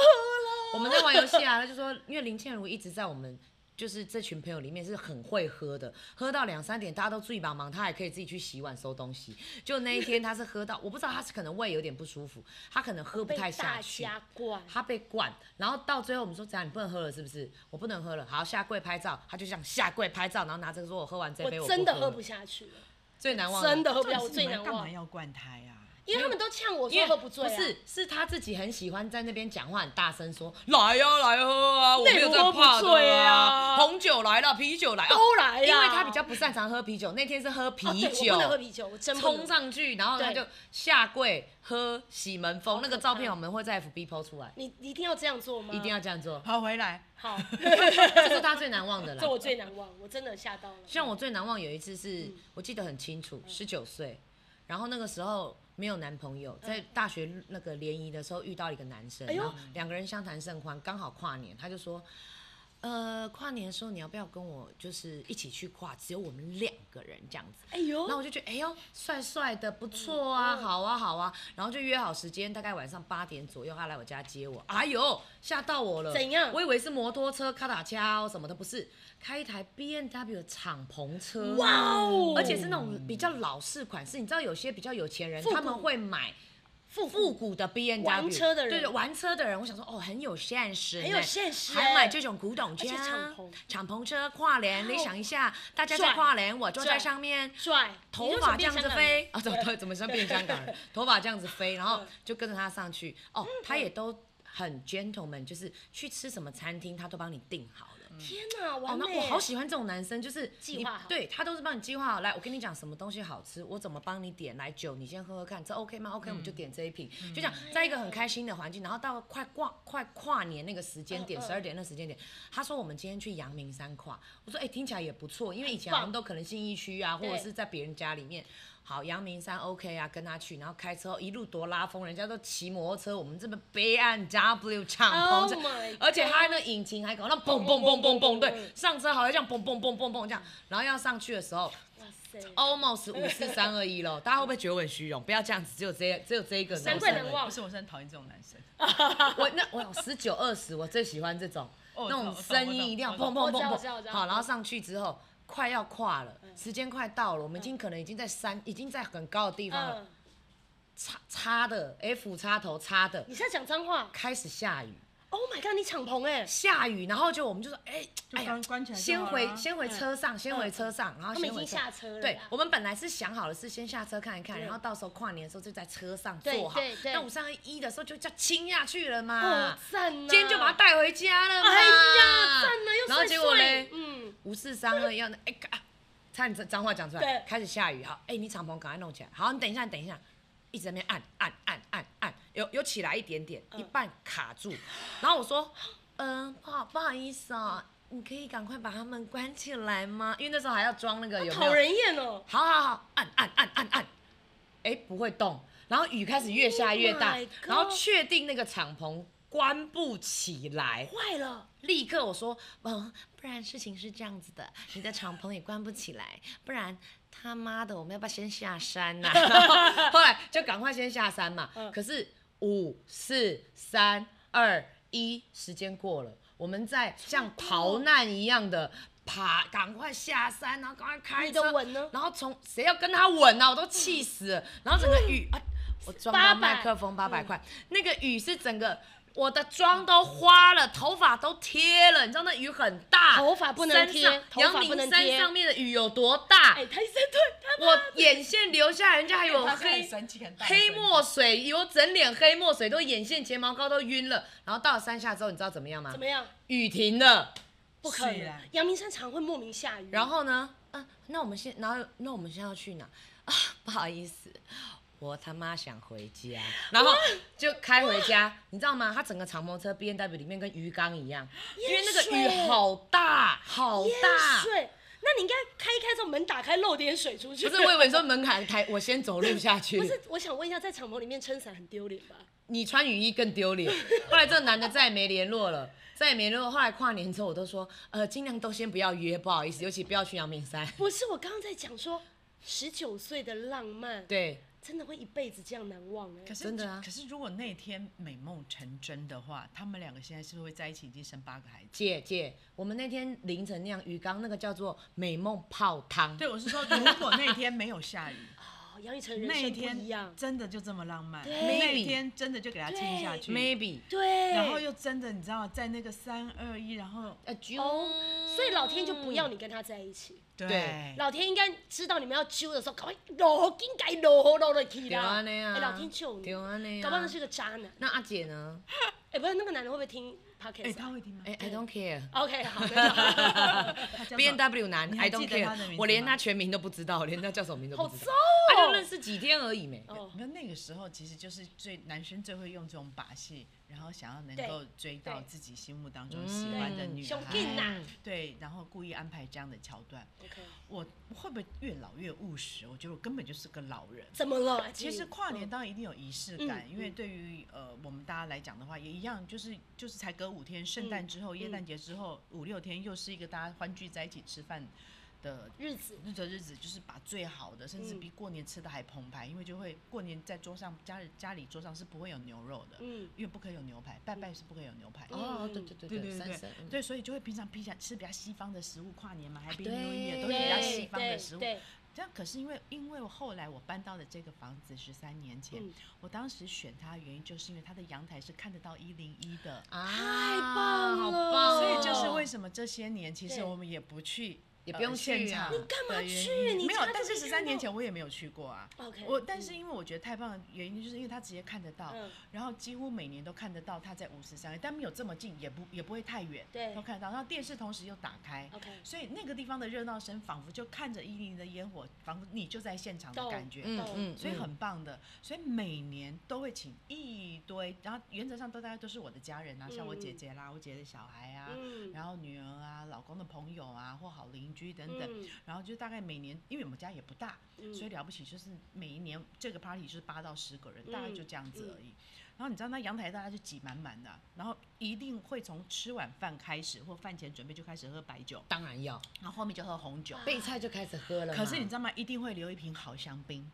Speaker 4: 我喝
Speaker 3: 我
Speaker 4: 了。
Speaker 3: 们在玩游戏啊，他就说，因为林倩如一直在我们。就是这群朋友里面是很会喝的，喝到两三点，大家都醉茫茫，他还可以自己去洗碗收东西。就那一天，他是喝到，我不知道他是可能胃有点不舒服，他可能喝不
Speaker 4: 被
Speaker 3: 太下
Speaker 4: 大
Speaker 3: 去。
Speaker 4: 家灌，
Speaker 3: 他被灌，然后到最后我们说怎样，你不能喝了是不是？我不能喝了，好下跪拍照，他就这样下跪拍照，然后拿着说我喝完这
Speaker 4: 我
Speaker 3: 杯我
Speaker 4: 真的
Speaker 3: 喝
Speaker 4: 喝
Speaker 3: 了
Speaker 4: 不下去了，
Speaker 3: 最难忘
Speaker 4: 真的喝不
Speaker 2: 重点
Speaker 4: 了，啊我
Speaker 2: 是
Speaker 4: 最
Speaker 2: 你们
Speaker 4: 难
Speaker 2: 干
Speaker 4: 忘
Speaker 2: 嘛。要灌他呀？，
Speaker 4: 因为他们都呛我
Speaker 3: 因
Speaker 4: 说
Speaker 3: 为
Speaker 4: 喝不醉、啊，
Speaker 3: 不是，是他自己很喜欢在那边讲话，很大声说来呀、来喝啊，我没有在怕
Speaker 4: 内容都不醉
Speaker 3: 的啊，
Speaker 4: 啊
Speaker 3: 红酒来了，啤酒来了，
Speaker 4: 都来啊了
Speaker 3: 因为他比较不擅长喝啤酒，那天是喝啤
Speaker 4: 哦对
Speaker 3: 酒，
Speaker 4: 我不能喝啤酒，我真不能
Speaker 3: 冲上去，然后他
Speaker 4: 对
Speaker 3: 就下跪喝喜门风，那个
Speaker 4: 可
Speaker 3: 照
Speaker 4: 怕
Speaker 3: 片我们会在 FB 抛出来，
Speaker 4: 你你一定要这样做吗？
Speaker 3: 一定要这样 做
Speaker 2: 好，回来。
Speaker 4: 好，
Speaker 3: 这是他最难忘的啦
Speaker 4: 这。我最难忘，我真的吓到了。
Speaker 3: 像我最难忘有一次是，
Speaker 4: 嗯
Speaker 3: 我记得很清楚，十九岁，然后那个时候没有男朋友，在大学那个联谊的时候遇到一个男生，
Speaker 4: 嗯哎呦
Speaker 3: 然后两个人相谈甚欢，刚好跨年，他就说。呃，跨年的时候你要不要跟我就是一起去跨？只有我们两个人这样子。
Speaker 4: 哎呦
Speaker 3: 然后，我就觉得，哎呦，帅帅的，不错啊，
Speaker 4: 嗯
Speaker 3: 好啊，好啊。然后就约好时间，大概晚上八点左右，他来我家接我。哎呦，吓到我了！
Speaker 4: 怎样
Speaker 3: 我以为是摩托车、卡塔恰哦什么的，不是，开一台 B N W 敞篷车。
Speaker 4: 哇哦
Speaker 3: 而且是那种比较老式款式，你知道有些比较有钱人
Speaker 4: 复古
Speaker 3: 他们会买。复复古的 B N W
Speaker 4: 玩车的人
Speaker 3: 对对，玩车的人，我想说，哦，很有现实呢，
Speaker 4: 很有现实
Speaker 3: 还买这种古董车
Speaker 4: 而且敞篷、哦
Speaker 3: 敞篷车、跨年。你想一下，大家在
Speaker 4: 帅
Speaker 3: 跨年，我坐在
Speaker 4: 帅
Speaker 3: 上面，
Speaker 4: 帅，
Speaker 3: 头发这样子飞
Speaker 4: 你
Speaker 3: 啊，怎么怎么像变香港人？头发这样子飞，然后就跟着他上去。哦，他也都很 gentleman，就是去吃什么餐厅，他都帮你订好了。
Speaker 4: 为什么变香港人天哪，
Speaker 3: 哦
Speaker 4: 完，
Speaker 3: 那
Speaker 4: 美！
Speaker 3: 我好喜欢这种男生，就是
Speaker 4: 计
Speaker 3: 你
Speaker 4: 划好
Speaker 3: 对他都是帮你计划好。来，我跟你讲什么东西好吃，我怎么帮你点。来酒，你先喝喝看，这 OK 吗？OK，、我们就
Speaker 4: 嗯
Speaker 3: 点这一瓶。就讲在一个
Speaker 4: 哎
Speaker 3: 很开心的环境，然后到快跨快跨年那个时间点，
Speaker 4: 嗯嗯
Speaker 3: 十二点那时间点，他说我们今天去阳明山跨，我说哎、听起来也不错，因为以前
Speaker 4: 很
Speaker 3: 我
Speaker 4: 棒
Speaker 3: 们都可能信义区啊，或者
Speaker 4: 对
Speaker 3: 是在别人家里面。好，阳明山 OK 啊，跟他去，然后开车一路多拉风，人家都骑摩托车，我们这边备案 W 敞篷
Speaker 4: Oh
Speaker 3: 车
Speaker 4: my
Speaker 3: 而且他那引擎还搞那嘣嘣嘣嘣嘣，对，上车好像这样嘣嘣嘣嘣嘣这样，然后要上去的时候
Speaker 4: 哇塞，
Speaker 3: ，almost 五四三二一喽，大家会不会觉得我很虚荣？不要这样子，只有这只有这一个
Speaker 4: 难
Speaker 3: 男
Speaker 4: 怪
Speaker 3: 生
Speaker 4: 难
Speaker 3: 而已。
Speaker 4: 忘
Speaker 2: 不。是，我是很讨厌这种男生。
Speaker 3: 我那我十九二十，我最喜欢这种
Speaker 2: 哦
Speaker 3: 那种声音一定要
Speaker 2: 我懂
Speaker 3: 砰
Speaker 2: 我
Speaker 4: 懂
Speaker 3: 砰
Speaker 4: 我
Speaker 3: 砰
Speaker 4: 懂我知道我知
Speaker 3: 砰，
Speaker 4: 道
Speaker 3: 好，然后上去之后快要跨了，时间快到了，我们已经可能已经在山，已经在很高的地方了，
Speaker 4: 嗯，
Speaker 3: 插插的 F 插头插的
Speaker 4: 你现在讲脏话
Speaker 3: 开始下雨。
Speaker 4: ？Oh my god，你敞篷哎，
Speaker 3: 下雨，然后就我们就说，哎、
Speaker 2: 就
Speaker 3: 哎呀
Speaker 2: 关关起来就
Speaker 3: 先
Speaker 2: 好啊
Speaker 3: 回
Speaker 2: 啦
Speaker 3: 先回车上，先回车上，然后
Speaker 4: 嗯他们
Speaker 3: 先
Speaker 4: 已
Speaker 3: 回
Speaker 4: 经下车了啦
Speaker 3: 对，我们本来是想好了是先下车看一看，
Speaker 4: 对
Speaker 3: 然后到时候跨年的时候就在车上
Speaker 4: 对
Speaker 3: 坐好
Speaker 4: 对。对
Speaker 3: 那五三一的时候就叫亲下去了嘛
Speaker 4: 哦，，赞呐！
Speaker 3: 今天就把他带回家了嘛。
Speaker 4: 哎呀，赞呐，又
Speaker 3: 啊然后
Speaker 4: 帅
Speaker 3: 结果
Speaker 4: 帅
Speaker 3: 嘞，，
Speaker 4: 嗯，
Speaker 3: 五四三二一要那哎嘎，差点脏话讲出来，
Speaker 4: 对
Speaker 3: 开始下雨，好，哎，你敞篷赶快弄起来，好，你等一下，你等一下。一直在那边按按按按按，有有起来一点点，一半卡住，然后我说，嗯、不好不好意思啊、你可以赶快把它们关起来吗？因为那时候还要装那个有没
Speaker 4: 讨
Speaker 3: 有？
Speaker 4: 人厌哦。
Speaker 3: 好好好，按按按按按，哎、不会动，然后雨开始越下越大
Speaker 4: Oh my god
Speaker 3: 然后确定那个敞篷关不起来，
Speaker 4: 坏了，
Speaker 3: 立刻我说，嗯，不然事情是这样子的，你的敞篷也关不起来， 不然他妈的，我们要不要先下山呐、 然后后来就赶快先下山嘛。
Speaker 4: 嗯
Speaker 3: 可是五四三二一，时间过了，我们在像逃难一样的。爬，赶快下山，然后赶快开
Speaker 4: 你的
Speaker 3: 车，
Speaker 4: 吻呢
Speaker 3: 然后从谁要跟他吻啊，我都气死了。然后整个雨啊，我装到
Speaker 4: 800
Speaker 3: 麦克风八
Speaker 4: 嗯
Speaker 3: 百块，那个雨是整个我的妆都花了，头发都贴了，你知道那雨很大，
Speaker 4: 头发不能
Speaker 3: 山
Speaker 4: 贴
Speaker 3: 上
Speaker 4: 头
Speaker 3: 阳
Speaker 4: 发不
Speaker 3: 明
Speaker 4: 能
Speaker 3: 山
Speaker 4: 贴
Speaker 3: 上面的雨有多大？
Speaker 4: 哎，他一生对，他
Speaker 3: 我眼线留下来，人家还有
Speaker 2: 他是很
Speaker 3: 黑
Speaker 2: 神奇，很大的
Speaker 3: 黑
Speaker 2: 神奇
Speaker 3: 墨水，有整脸黑墨水，都眼线、睫毛膏都晕了。然后到了山下之后，你知道怎么样吗
Speaker 4: 怎？么样？
Speaker 3: 雨停了。
Speaker 4: 不可
Speaker 2: 是
Speaker 4: 能
Speaker 2: 啊，
Speaker 4: 阳明山常会莫名下雨，
Speaker 3: 然后呢？啊，那我们现，然后那我们现在要去哪啊？不好意思，我他妈想回家，然后就开回家，你知道吗？他整个敞篷车 B N W 里面跟鱼缸一样，因为那个
Speaker 4: 水
Speaker 3: 雨好大，好
Speaker 4: 淹
Speaker 3: 大。
Speaker 4: 水。那你应该开一开之后门打开漏点水出去。
Speaker 3: 不是，我以为说门槛抬，我先走路下去。
Speaker 4: 不是，我想问一下，在敞篷里面撑伞很丢脸吧？
Speaker 3: 你穿雨衣更丢脸。后来这个男的再也没联络了，再也没联络。后来跨年之后，我都说，呃，尽量都先不要约，不好意思，尤其不要去阳明山。
Speaker 4: 不是，我刚刚在讲说，十九岁的浪漫，
Speaker 3: 对，
Speaker 4: 真的会一辈子这样难忘哎、
Speaker 2: 可是
Speaker 3: 真的啊
Speaker 2: 可是如果那天美梦成真的话，他们两个现在是不是会在一起，已经生八个孩子。
Speaker 3: 姐姐，我们那天凌晨那样鱼缸那个叫做美梦泡汤。
Speaker 2: 对，我是说，如果那天没有下雨，
Speaker 4: 哦，杨雨晨 人
Speaker 2: 那一
Speaker 4: 生不一
Speaker 2: 天
Speaker 4: 样，
Speaker 2: 真的就这么浪漫，
Speaker 4: 对
Speaker 2: 那
Speaker 3: Maybe
Speaker 2: 一天真的就给他亲下去。
Speaker 3: ，maybe，
Speaker 4: 对，
Speaker 2: 然后又真的，你知道，在那个三二一，然后
Speaker 3: 呃，啾
Speaker 4: 哦，所以老天就不要你跟他在一起，
Speaker 2: 对，
Speaker 4: 老天应该知道你们要揪的时候，赶快落给该落落落去
Speaker 3: 对
Speaker 4: 啦，
Speaker 3: 啊那样啊
Speaker 4: 哎老天救你，
Speaker 3: 对啊那样
Speaker 4: 搞不好那是个渣男，
Speaker 3: 那阿姐呢？
Speaker 4: 哎，不是那个男人会不会听
Speaker 2: 哎，
Speaker 4: podcast？
Speaker 2: 他会听吗？
Speaker 3: 哎，I don't care。
Speaker 4: o k 好，那就好
Speaker 2: 他叫
Speaker 3: B
Speaker 2: 什么
Speaker 3: N W 男
Speaker 2: 你还
Speaker 3: ，I don't
Speaker 2: 记得他的名
Speaker 3: care，
Speaker 2: 字
Speaker 3: 我连
Speaker 2: 吗
Speaker 3: 他全名都不知道，我连他叫什么名都
Speaker 4: 好
Speaker 3: 不知
Speaker 4: 糟
Speaker 3: 道，他就认
Speaker 4: 哦，
Speaker 3: 识几天而已没。
Speaker 4: 哦
Speaker 2: 没有那个时候，其实就是最男生最会用这种把戏，然后想要能
Speaker 4: 对
Speaker 2: 够追到
Speaker 4: 对
Speaker 2: 自己心目当中喜欢的女
Speaker 4: 熊劲
Speaker 2: 孩，
Speaker 4: 呐
Speaker 2: 对，然后故意安排这样的桥段。
Speaker 4: ，OK，
Speaker 2: 我会不会越老越务实？我觉得我根本就是个老人。
Speaker 4: 怎么了？
Speaker 2: 其实跨年当然一定有仪式感，
Speaker 4: 嗯
Speaker 2: 因为对于呃我们大家来讲的话，也一样，就是就是才隔五天，圣
Speaker 4: 嗯
Speaker 2: 诞之后、耶诞节之后五六天，又是一个大家欢聚在一起吃饭的
Speaker 4: 日子，
Speaker 2: 那个日子就是把最好的，甚至
Speaker 4: 嗯
Speaker 2: 比过年吃的还澎湃，因为就会过年在桌上家里家里桌上是不会有牛肉的，
Speaker 4: 嗯，
Speaker 2: 因为不可以有牛排，拜拜是不可以有牛排。
Speaker 4: 嗯
Speaker 3: 哦，对对对
Speaker 2: 对对
Speaker 3: 三
Speaker 2: 对
Speaker 3: 婶，嗯
Speaker 2: 对，所以就会平常比较吃比较西方的食物，跨年嘛，Happy
Speaker 3: 对
Speaker 2: New Year 都是比较
Speaker 4: 对
Speaker 2: 西方的
Speaker 4: 对
Speaker 2: 食物。
Speaker 4: 对，
Speaker 2: 这样可是因为因为我后来我搬到的这个房子十三年前，
Speaker 4: 嗯
Speaker 2: 我当时选它的原因就是因为它的阳台是看得到一零一的，
Speaker 3: 啊，
Speaker 4: 太棒
Speaker 3: 好
Speaker 4: 了
Speaker 3: 棒哦！
Speaker 2: 所以就是为什么这些年其实
Speaker 4: 对
Speaker 2: 我们也不去，
Speaker 3: 也
Speaker 2: 呃
Speaker 3: 不用去啊
Speaker 2: 现场
Speaker 3: 你
Speaker 2: 的
Speaker 4: 干嘛
Speaker 2: 原因，
Speaker 4: 去你
Speaker 2: 没有
Speaker 4: 家就，
Speaker 2: 但
Speaker 4: 可以
Speaker 2: 是十三
Speaker 4: 看
Speaker 2: 年
Speaker 4: 到
Speaker 2: 前我也没有去过啊。
Speaker 4: OK，
Speaker 2: 我但是因为我觉得太棒的原因，就是因为它直接看得到，
Speaker 4: 嗯
Speaker 2: 然后几乎每年都看得到它在五十三，但没有这么近，也不也不会太远，
Speaker 4: 对
Speaker 2: 都看得到。然后电视同时又打开，
Speaker 4: ，OK，
Speaker 2: 所以那个地方的热闹声，仿佛就看着一零的烟火，仿佛你就在现场的
Speaker 4: 懂
Speaker 2: 感觉。
Speaker 3: 嗯
Speaker 4: 哦
Speaker 3: 嗯，
Speaker 2: 所以
Speaker 3: 嗯
Speaker 2: 很棒的，所以每年都会请一堆，然后原则上都大家都是我的家人啊，像我姐姐啦，我姐的小孩啊，
Speaker 4: 嗯，
Speaker 2: 然后女儿啊、老公的朋友啊或好邻居等等，
Speaker 4: 嗯
Speaker 2: 然后就大概每年，因为我们家也不大，
Speaker 4: 嗯
Speaker 2: 所以了不起就是每一年这个 party 就是八到十个人，大概
Speaker 4: 嗯
Speaker 2: 就这样子而已。然后你知道那阳台大家就挤满满的啊、然后一定会从吃晚饭开始或饭前准备就开始喝白酒，
Speaker 3: 当然要
Speaker 2: 然后后面就喝红酒。
Speaker 3: 备菜就开始喝了嘛。
Speaker 2: 可是你知道吗？一定会留一瓶好香槟，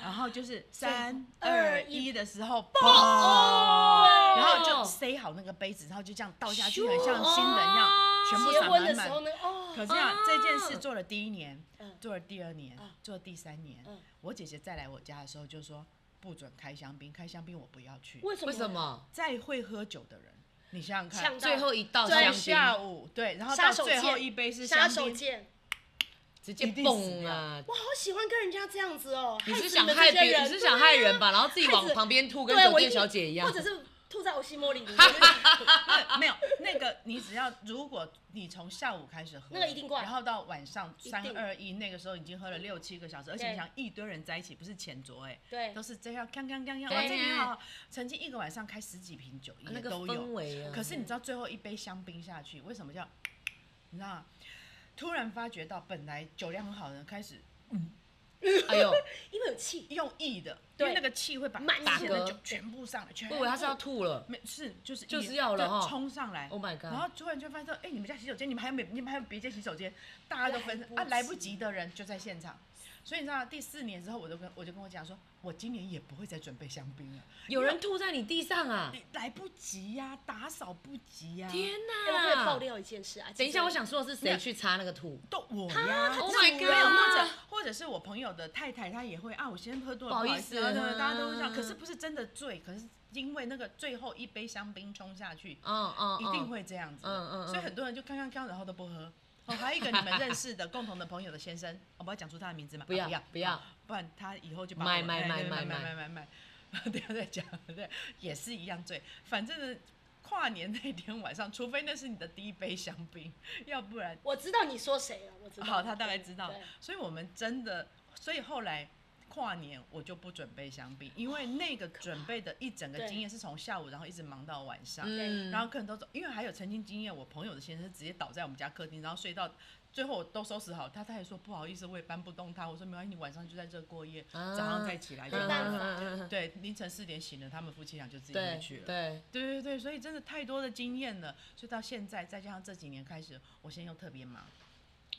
Speaker 2: 然后就是三
Speaker 4: 啊二
Speaker 2: 二
Speaker 4: 一哦
Speaker 2: 一的时候，嘣，然后就塞好那个杯子，然后就这样倒下去，很像新人一样，全部
Speaker 4: 哦结
Speaker 2: 洒
Speaker 4: 婚的
Speaker 2: 满满
Speaker 4: 时候。呢，哦，
Speaker 2: 可是啊
Speaker 3: 哦，
Speaker 2: 这件事做了第一年
Speaker 4: 嗯，
Speaker 2: 做了第二年
Speaker 4: 嗯，
Speaker 2: 做了第三年
Speaker 4: 嗯，
Speaker 2: 我姐姐再来我家的时候就说不准开香槟，开香槟我不要去。
Speaker 4: 为什么？
Speaker 3: 为什？么？
Speaker 2: 再会喝酒的人，你想想
Speaker 4: 呛
Speaker 2: 看，
Speaker 4: 到
Speaker 3: 最后一道
Speaker 2: 在
Speaker 3: 香
Speaker 2: 下
Speaker 3: 槟
Speaker 2: 午对，然后
Speaker 4: 杀
Speaker 2: 到
Speaker 4: 手
Speaker 2: 最后
Speaker 4: 锏
Speaker 2: 一杯是
Speaker 4: 杀
Speaker 2: 香
Speaker 4: 手
Speaker 2: 槟，
Speaker 4: 锏，
Speaker 3: 直接
Speaker 2: 一定死
Speaker 3: 蹦
Speaker 2: 掉
Speaker 3: 啊！
Speaker 4: 我好喜欢跟人家这样子哦。
Speaker 3: 你是
Speaker 4: 死
Speaker 3: 想
Speaker 4: 们
Speaker 3: 害
Speaker 4: 这些
Speaker 3: 别，
Speaker 4: 人
Speaker 3: 你是想害人吧？然后自己
Speaker 4: 害
Speaker 3: 往
Speaker 4: 死
Speaker 3: 旁边吐，跟
Speaker 4: 对
Speaker 3: 酒
Speaker 4: 我一
Speaker 3: 店
Speaker 4: 定
Speaker 3: 小姐一样
Speaker 4: 或。者是吐在欧西莫里里面，
Speaker 2: 没有那个，你只要如果你从下午开始喝，
Speaker 4: 那个一定灌
Speaker 2: 然后到晚上
Speaker 4: 一定
Speaker 2: 三二一那个时候已经喝了六七个小时，而且
Speaker 4: 对
Speaker 2: 你想一堆人在一起，不是浅酌哎，
Speaker 4: 对
Speaker 2: 都是这样锵锵锵锵，
Speaker 3: 对
Speaker 2: 哇，这瓶好，曾经一个晚上开十几瓶酒
Speaker 3: 那
Speaker 2: 也
Speaker 3: 个
Speaker 2: 都
Speaker 3: 氛
Speaker 2: 有，
Speaker 3: 围啊，
Speaker 2: 可是你知道最后一杯香槟下去，为什么叫？你知道吗？突然发觉到本来酒量很好的人开始
Speaker 3: 哎呦，
Speaker 4: 因为有气，
Speaker 2: 用意的，因为
Speaker 4: 对
Speaker 2: 那个气会把
Speaker 4: 满
Speaker 2: 打
Speaker 4: 气
Speaker 2: 嗝
Speaker 3: 的
Speaker 2: 就全部上来，全
Speaker 3: 我
Speaker 2: 部。
Speaker 3: 以为他是要吐了，
Speaker 2: 没是就是
Speaker 3: 就
Speaker 2: 一
Speaker 3: 是要了哈
Speaker 2: 冲上来
Speaker 3: Oh my god
Speaker 2: 然后突然就发现说，哎，你们家洗手间，你们还有没？你们还有别间洗手间？大家都 分
Speaker 4: 来不及
Speaker 2: 啊，来不及的人就在现场。所以你知道，第四年之后，我就跟我就跟我讲说，我今年也不会再准备香槟了，
Speaker 3: 有人吐在你地上啊！
Speaker 2: 你来不及呀、打扫不及呀、
Speaker 3: 天
Speaker 4: 哎我可以
Speaker 3: 哪！
Speaker 4: 爆料一件事啊，
Speaker 3: 等一下，
Speaker 4: 其实
Speaker 3: 我想说的是谁去擦那个吐？
Speaker 2: 都我呀。
Speaker 3: Oh my
Speaker 2: 没有，或
Speaker 3: god！
Speaker 2: 者或者是我朋友的太太，她也会啊，我先喝多了，
Speaker 3: 不
Speaker 2: 不
Speaker 3: 好
Speaker 2: 好
Speaker 3: 意
Speaker 2: 意
Speaker 3: 思
Speaker 2: 思啊，对，大家都会这样。
Speaker 3: 嗯
Speaker 2: 可是不是真的醉，可是因为那个最后一杯香槟冲下去，
Speaker 3: 嗯嗯，
Speaker 2: 一定
Speaker 3: 会。
Speaker 2: 会这样子的。
Speaker 3: 嗯嗯嗯
Speaker 2: 所以很多人就刚刚刚，然后都不喝。哦，还有一个你们认识 的共同的朋友的先生，我不要讲出他的名字嘛，
Speaker 3: 不
Speaker 2: 啊
Speaker 3: 要
Speaker 2: 不要
Speaker 3: 不要
Speaker 2: 啊不然他以后就把
Speaker 3: 买
Speaker 2: 我
Speaker 3: 买
Speaker 2: 哎
Speaker 3: 买
Speaker 2: 对买
Speaker 3: 买买
Speaker 2: 买买买，等一下再讲， 对，也是一样醉。反正呢，跨年那天晚上，除非那是你的第一杯香槟，要不然
Speaker 4: 我知道你说谁了，我知道。
Speaker 2: 哦好，他大概知道
Speaker 4: 对。
Speaker 2: 所以我们真的，所以后来跨年我就不准备香槟，因为那个准备的一整个
Speaker 4: 哦对
Speaker 2: 经验是从下午，然后一直忙到晚上，
Speaker 3: 嗯，
Speaker 2: 然后客人都走，因为还有曾经经验，我朋友的先生直接倒在我们家客厅，然后睡到。最后我都收拾好，他他也说不好意思，我也搬不动他。我说没关系，你晚上就在这过夜，
Speaker 3: 啊
Speaker 2: 早上再起来就
Speaker 4: 没
Speaker 2: 好
Speaker 4: 办法
Speaker 2: 了。
Speaker 3: 嗯嗯嗯嗯
Speaker 2: 对，凌晨四点醒了，他们夫妻俩就自己回
Speaker 3: 对
Speaker 2: 去了。
Speaker 3: 对，
Speaker 2: 对对对，所以真的太多的经验了，所以到现在，再加上这几年开始，我现在又特别忙，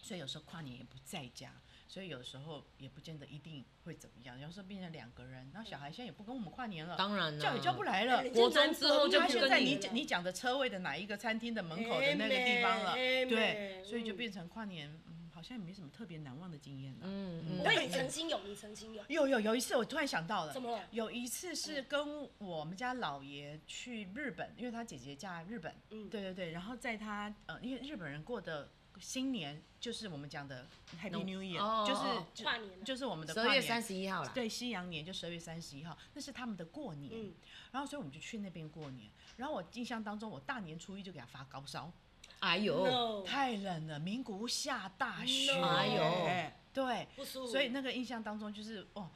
Speaker 2: 所以有时候跨年也不在家，所以有时候也不见得一定会怎么样，有时候变成两个人，那小孩现在也不跟我们跨年了，
Speaker 3: 当然了，
Speaker 2: 叫也叫不来了
Speaker 4: 哎。
Speaker 3: 国中之后就
Speaker 2: 他
Speaker 3: 不
Speaker 2: 现在
Speaker 3: 跟
Speaker 2: 你
Speaker 3: 你
Speaker 2: 讲你讲的车位的哪一个餐厅的门口的那个地方了，
Speaker 4: 哎妹哎
Speaker 2: 对，
Speaker 4: 妹
Speaker 2: 所以就
Speaker 4: 嗯
Speaker 2: 变成跨年，嗯，好像也没什么特别难忘的经验了。
Speaker 3: 嗯嗯，
Speaker 4: 我跟你曾经有，你曾经有，
Speaker 2: 有有有一次，我突然想到了，
Speaker 4: 怎么了嗯
Speaker 2: 有一次是跟我们家老爷去日本，因为他姐姐嫁日本，
Speaker 4: 嗯
Speaker 2: 对对对，然后在他呃，因为日本人过的新年就是我们讲的 Happy New Year，、
Speaker 3: 哦
Speaker 2: 就是
Speaker 3: 哦
Speaker 2: 就
Speaker 4: 跨年了啊
Speaker 2: 就是我们的
Speaker 3: 十
Speaker 2: 跨
Speaker 3: 二
Speaker 2: 年
Speaker 3: 月三十一号啦。
Speaker 2: 对，西洋年就十二月三十一号，那是他们的过年。
Speaker 4: 嗯
Speaker 2: 然后所以我们就去那边过年。然后我印象当中，我大年初一就给他发高烧，
Speaker 3: 哎呦，
Speaker 4: ，no，
Speaker 2: 哦太冷了，名古屋下大雪。
Speaker 4: No
Speaker 3: 哎呦
Speaker 2: 对，
Speaker 4: 不嗯舒服。
Speaker 2: 所以那个印象当中就是哦，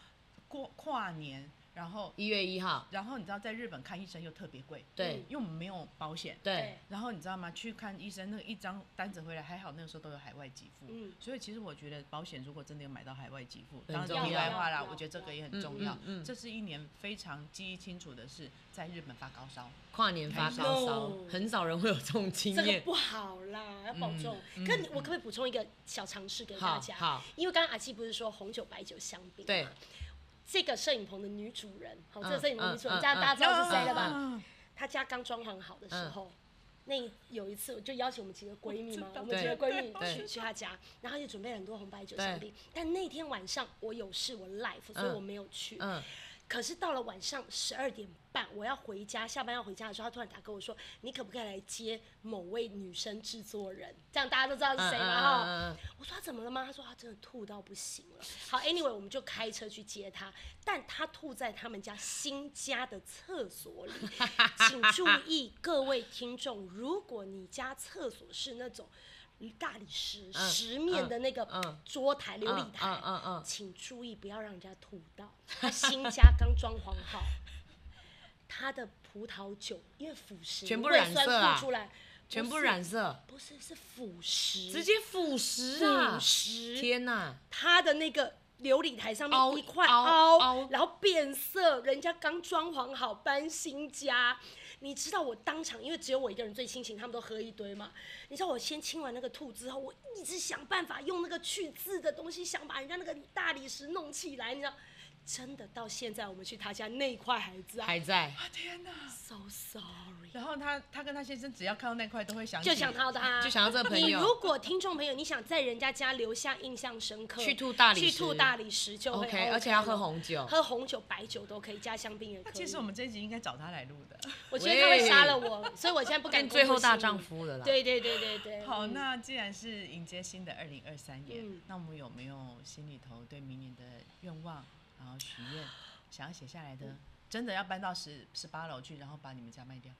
Speaker 2: 过跨年，然后
Speaker 3: 一月一号，
Speaker 2: 然后你知道在日本看医生又特别贵，
Speaker 3: 对
Speaker 2: 因为我们没有保险。
Speaker 3: 对，
Speaker 2: 然后你知道吗？去看医生那个一张单子回来，还好那个时候都有海外给付，
Speaker 4: 嗯
Speaker 2: 所以其实我觉得保险如果真的有买到海外给付，
Speaker 3: 很
Speaker 2: 当然
Speaker 3: 重
Speaker 2: 题外
Speaker 4: 要
Speaker 2: 话
Speaker 4: 要
Speaker 2: 啦，
Speaker 4: 要
Speaker 2: 我觉得这个也
Speaker 3: 嗯
Speaker 2: 很重要。
Speaker 3: 嗯嗯
Speaker 2: 这是一年非常记忆清楚的是，在日本发高烧，
Speaker 3: 跨年发高烧
Speaker 4: No，
Speaker 3: 很少人会有这种经
Speaker 4: 这个
Speaker 3: 验。
Speaker 4: 不好啦，要保重。可你我可不可以补充一个小常识给大
Speaker 3: 好
Speaker 4: 家？
Speaker 3: 嗯好，
Speaker 4: 因为刚刚阿七不是说红酒、白酒、香槟
Speaker 3: 对
Speaker 4: 嘛，，这个摄影棚的女主人，好，这
Speaker 3: 嗯
Speaker 4: 个摄影棚女主人，
Speaker 3: 嗯
Speaker 4: 大
Speaker 3: 嗯
Speaker 4: 家大家知道是谁了吧？
Speaker 2: 啊
Speaker 4: 她家刚装潢好的时候，
Speaker 3: 嗯
Speaker 4: 那有一次我就邀请我们几个闺蜜嘛
Speaker 2: 我知，道
Speaker 4: 我们几个闺蜜
Speaker 3: 对
Speaker 4: 去去她家，然后她就准备了很多红白酒、
Speaker 3: 对
Speaker 4: 香槟。但那天晚上我有事，我 life，所以
Speaker 3: 嗯
Speaker 4: 我没有去。
Speaker 3: 嗯，
Speaker 4: 可是到了晚上十二点半，我要回家，下班要回家的时候，她突然打给我说：“你可不可以来接某位女生制作人？”这样大家都知道是谁嘛
Speaker 3: 嗯？
Speaker 4: 哈。
Speaker 3: 嗯嗯嗯
Speaker 4: 我说他怎么了吗？他说他真的吐到不行了。好，anyway，我们就开车去接他，但他吐在他们家新家的厕 所里。请注意，各位听众，如果你家厕所是那种大理石、
Speaker 3: 嗯
Speaker 4: 石面的那个
Speaker 3: 嗯嗯
Speaker 4: 桌台、琉璃台，
Speaker 3: 嗯嗯嗯嗯
Speaker 4: 请注意不要让人家吐到。他新家刚装潢好，他的葡萄酒因为腐蚀，
Speaker 3: 全部
Speaker 4: 胃
Speaker 3: 染
Speaker 4: 酸
Speaker 3: 色啊
Speaker 4: 吐出来，
Speaker 3: 全部
Speaker 4: 不是
Speaker 3: 染色，
Speaker 4: 不是是腐蚀，
Speaker 3: 直接腐蚀啊
Speaker 4: 腐！蚀
Speaker 3: 天哪，
Speaker 4: 他的那个琉璃台上
Speaker 3: 凹
Speaker 4: 面一块
Speaker 3: 凹
Speaker 4: 凹，
Speaker 3: 凹
Speaker 4: 然后变色，人家刚装潢好搬新家，你知道我当场因为只有我一个人最清醒，他们都喝一堆嘛，你知道我先清完那个吐之后，我一直想办法用那个去渍的东西，想把人家那个大理石弄起来，你知道。真的到现在，我们去他家那一块还在
Speaker 3: 还在。
Speaker 2: 啊天哪！
Speaker 4: ，so sorry，
Speaker 2: 然后他他跟他先生只要看到那块都会想起，
Speaker 4: 就想到他，
Speaker 3: 就想到这个朋友
Speaker 4: 你如果听众朋友，你想在人家家留下印象深刻，
Speaker 3: 去吐大理石
Speaker 4: 去吐大理石就会
Speaker 3: OK，而且要喝
Speaker 4: 了
Speaker 3: 红酒
Speaker 4: 喝红酒、白酒都可以，加香槟也可
Speaker 2: 那
Speaker 4: 以。
Speaker 2: 其实我们这一集应该找他来录的。
Speaker 4: 我觉得他会杀了我，所以我现在不敢
Speaker 3: 变最后
Speaker 4: 公布姓
Speaker 3: 大
Speaker 4: 名
Speaker 3: 丈。夫了啦。
Speaker 4: 对对对对对，
Speaker 2: 好，
Speaker 4: 嗯
Speaker 2: 那既然是迎接新的二零二三年，
Speaker 4: 嗯
Speaker 2: 那我们有没有心里头对明年的愿望，然后许愿，想要写下来的？
Speaker 3: 嗯
Speaker 2: 真的要搬到十十八楼去，然后把你们家卖掉？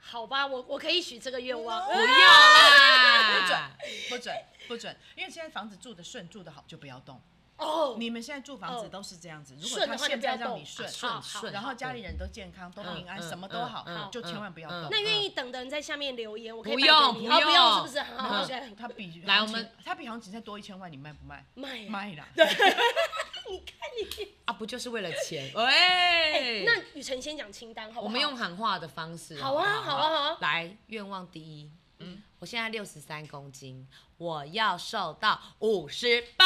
Speaker 4: 好吧，我我可以许这个愿望。
Speaker 3: 不要啦！
Speaker 2: 不准，不准，因为现在房子住的顺，住的好就不要动。
Speaker 4: 哦，
Speaker 2: 你们现在住房
Speaker 4: 哦
Speaker 2: 子都是这样子，如果
Speaker 4: 顺的
Speaker 2: 他
Speaker 4: 话就
Speaker 2: 现
Speaker 4: 不要
Speaker 2: 在让
Speaker 4: 动
Speaker 2: 你
Speaker 4: 啊
Speaker 2: 顺，
Speaker 4: 好
Speaker 3: 顺顺，
Speaker 2: 然后家里人都健康、都
Speaker 3: 嗯
Speaker 2: 平安，
Speaker 3: 嗯
Speaker 2: 什么都
Speaker 3: 嗯
Speaker 2: 好，
Speaker 3: 嗯
Speaker 2: 就
Speaker 3: 嗯
Speaker 2: 千万不要
Speaker 3: 嗯
Speaker 2: 动。
Speaker 4: 那愿意等的人在下面留言，我可以
Speaker 3: 不
Speaker 4: 拜
Speaker 3: 用嗯
Speaker 4: 给你
Speaker 3: 不
Speaker 4: 哦不
Speaker 3: 用
Speaker 4: 用，是不是？好，我觉得
Speaker 2: 他比
Speaker 3: 来
Speaker 2: 行
Speaker 3: 我们嗯
Speaker 2: 情他比行情再多一千万，你卖不卖？
Speaker 4: 卖啊
Speaker 2: 卖啦！
Speaker 4: 对，你看你，
Speaker 3: 啊，不就是为了钱？喂，
Speaker 4: 哎那雨辰先讲清单好不好？
Speaker 3: 我们用喊话的方式。
Speaker 4: 好啊
Speaker 3: 不
Speaker 4: 好啊好啊
Speaker 3: 来，愿望第一，嗯，我现在六十三公斤，我要瘦到五十八，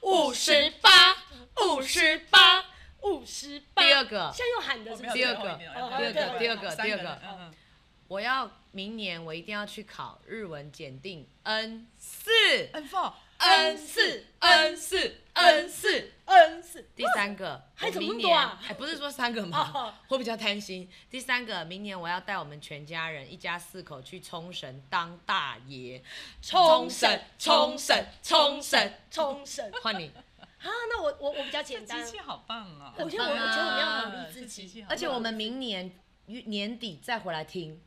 Speaker 3: 五十八，五十八。
Speaker 4: 五十八。
Speaker 3: 第二个，
Speaker 4: 现在用喊的
Speaker 2: 我
Speaker 4: 是
Speaker 2: 没
Speaker 4: 不
Speaker 2: 有
Speaker 3: 第
Speaker 4: 是？
Speaker 3: 二
Speaker 2: 最后一
Speaker 3: 个
Speaker 2: 名
Speaker 4: 哦
Speaker 2: 了
Speaker 4: 第二个第
Speaker 3: 二个
Speaker 2: 三
Speaker 3: 第二个
Speaker 2: 嗯嗯
Speaker 3: 我要明年我一定要去考日文检定 N 四
Speaker 2: N four
Speaker 3: N 四 N 四 N 四 N 四。第三个，
Speaker 4: 还
Speaker 3: 我
Speaker 4: 怎么那
Speaker 3: 明年
Speaker 4: 么多啊
Speaker 3: 哎，不是说三个
Speaker 4: 哦
Speaker 3: 吗？我比较担心。第三个，明年我要带我们全家人一家四口去冲绳当大爷，
Speaker 4: 冲绳
Speaker 3: 冲绳，冲绳。
Speaker 4: 冲绳
Speaker 3: 换你，
Speaker 4: 啊，那我我我比
Speaker 2: 这
Speaker 4: 较简单啊
Speaker 2: 机，器好棒哦！
Speaker 4: 我觉得我我觉得我们要努力自
Speaker 2: 啊这机器
Speaker 4: 己
Speaker 2: 好。
Speaker 3: 而且我们明年年底再回来听，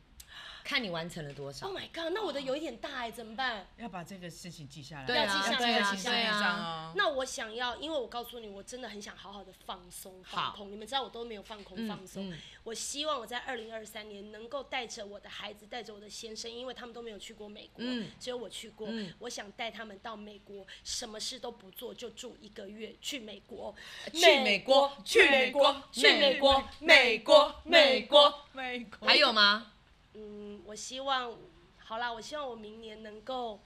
Speaker 3: 看你完成了多少
Speaker 4: Oh。my god，那我的有一点大哎，怎么办？
Speaker 2: 要把这个事情记下来，
Speaker 3: 对啊
Speaker 2: 要记
Speaker 4: 对
Speaker 2: 在
Speaker 4: 啊
Speaker 2: 行程
Speaker 4: 对
Speaker 3: 啊
Speaker 2: 上哦。
Speaker 4: 那我想要，因为我告诉你，我真的很想好好的放松放
Speaker 3: 好
Speaker 4: 空。你们知道我都没有放空
Speaker 3: 嗯
Speaker 4: 放松，
Speaker 3: 嗯
Speaker 4: 我希望我在二零二三年能够带着我的孩子，带着我的先生，因为他们都没有去过美国，
Speaker 3: 嗯
Speaker 4: 只有我去过。
Speaker 3: 嗯
Speaker 4: 我想带他们到美国，什么事都不做，就住一个月，去美国，
Speaker 3: 去美国，去美国，
Speaker 4: 去
Speaker 3: 去美
Speaker 4: 美
Speaker 3: 国
Speaker 4: 国，，
Speaker 3: 美国，美国。
Speaker 2: 美国
Speaker 3: 还有吗？
Speaker 4: 嗯，我希望，好啦，我希望我明年能够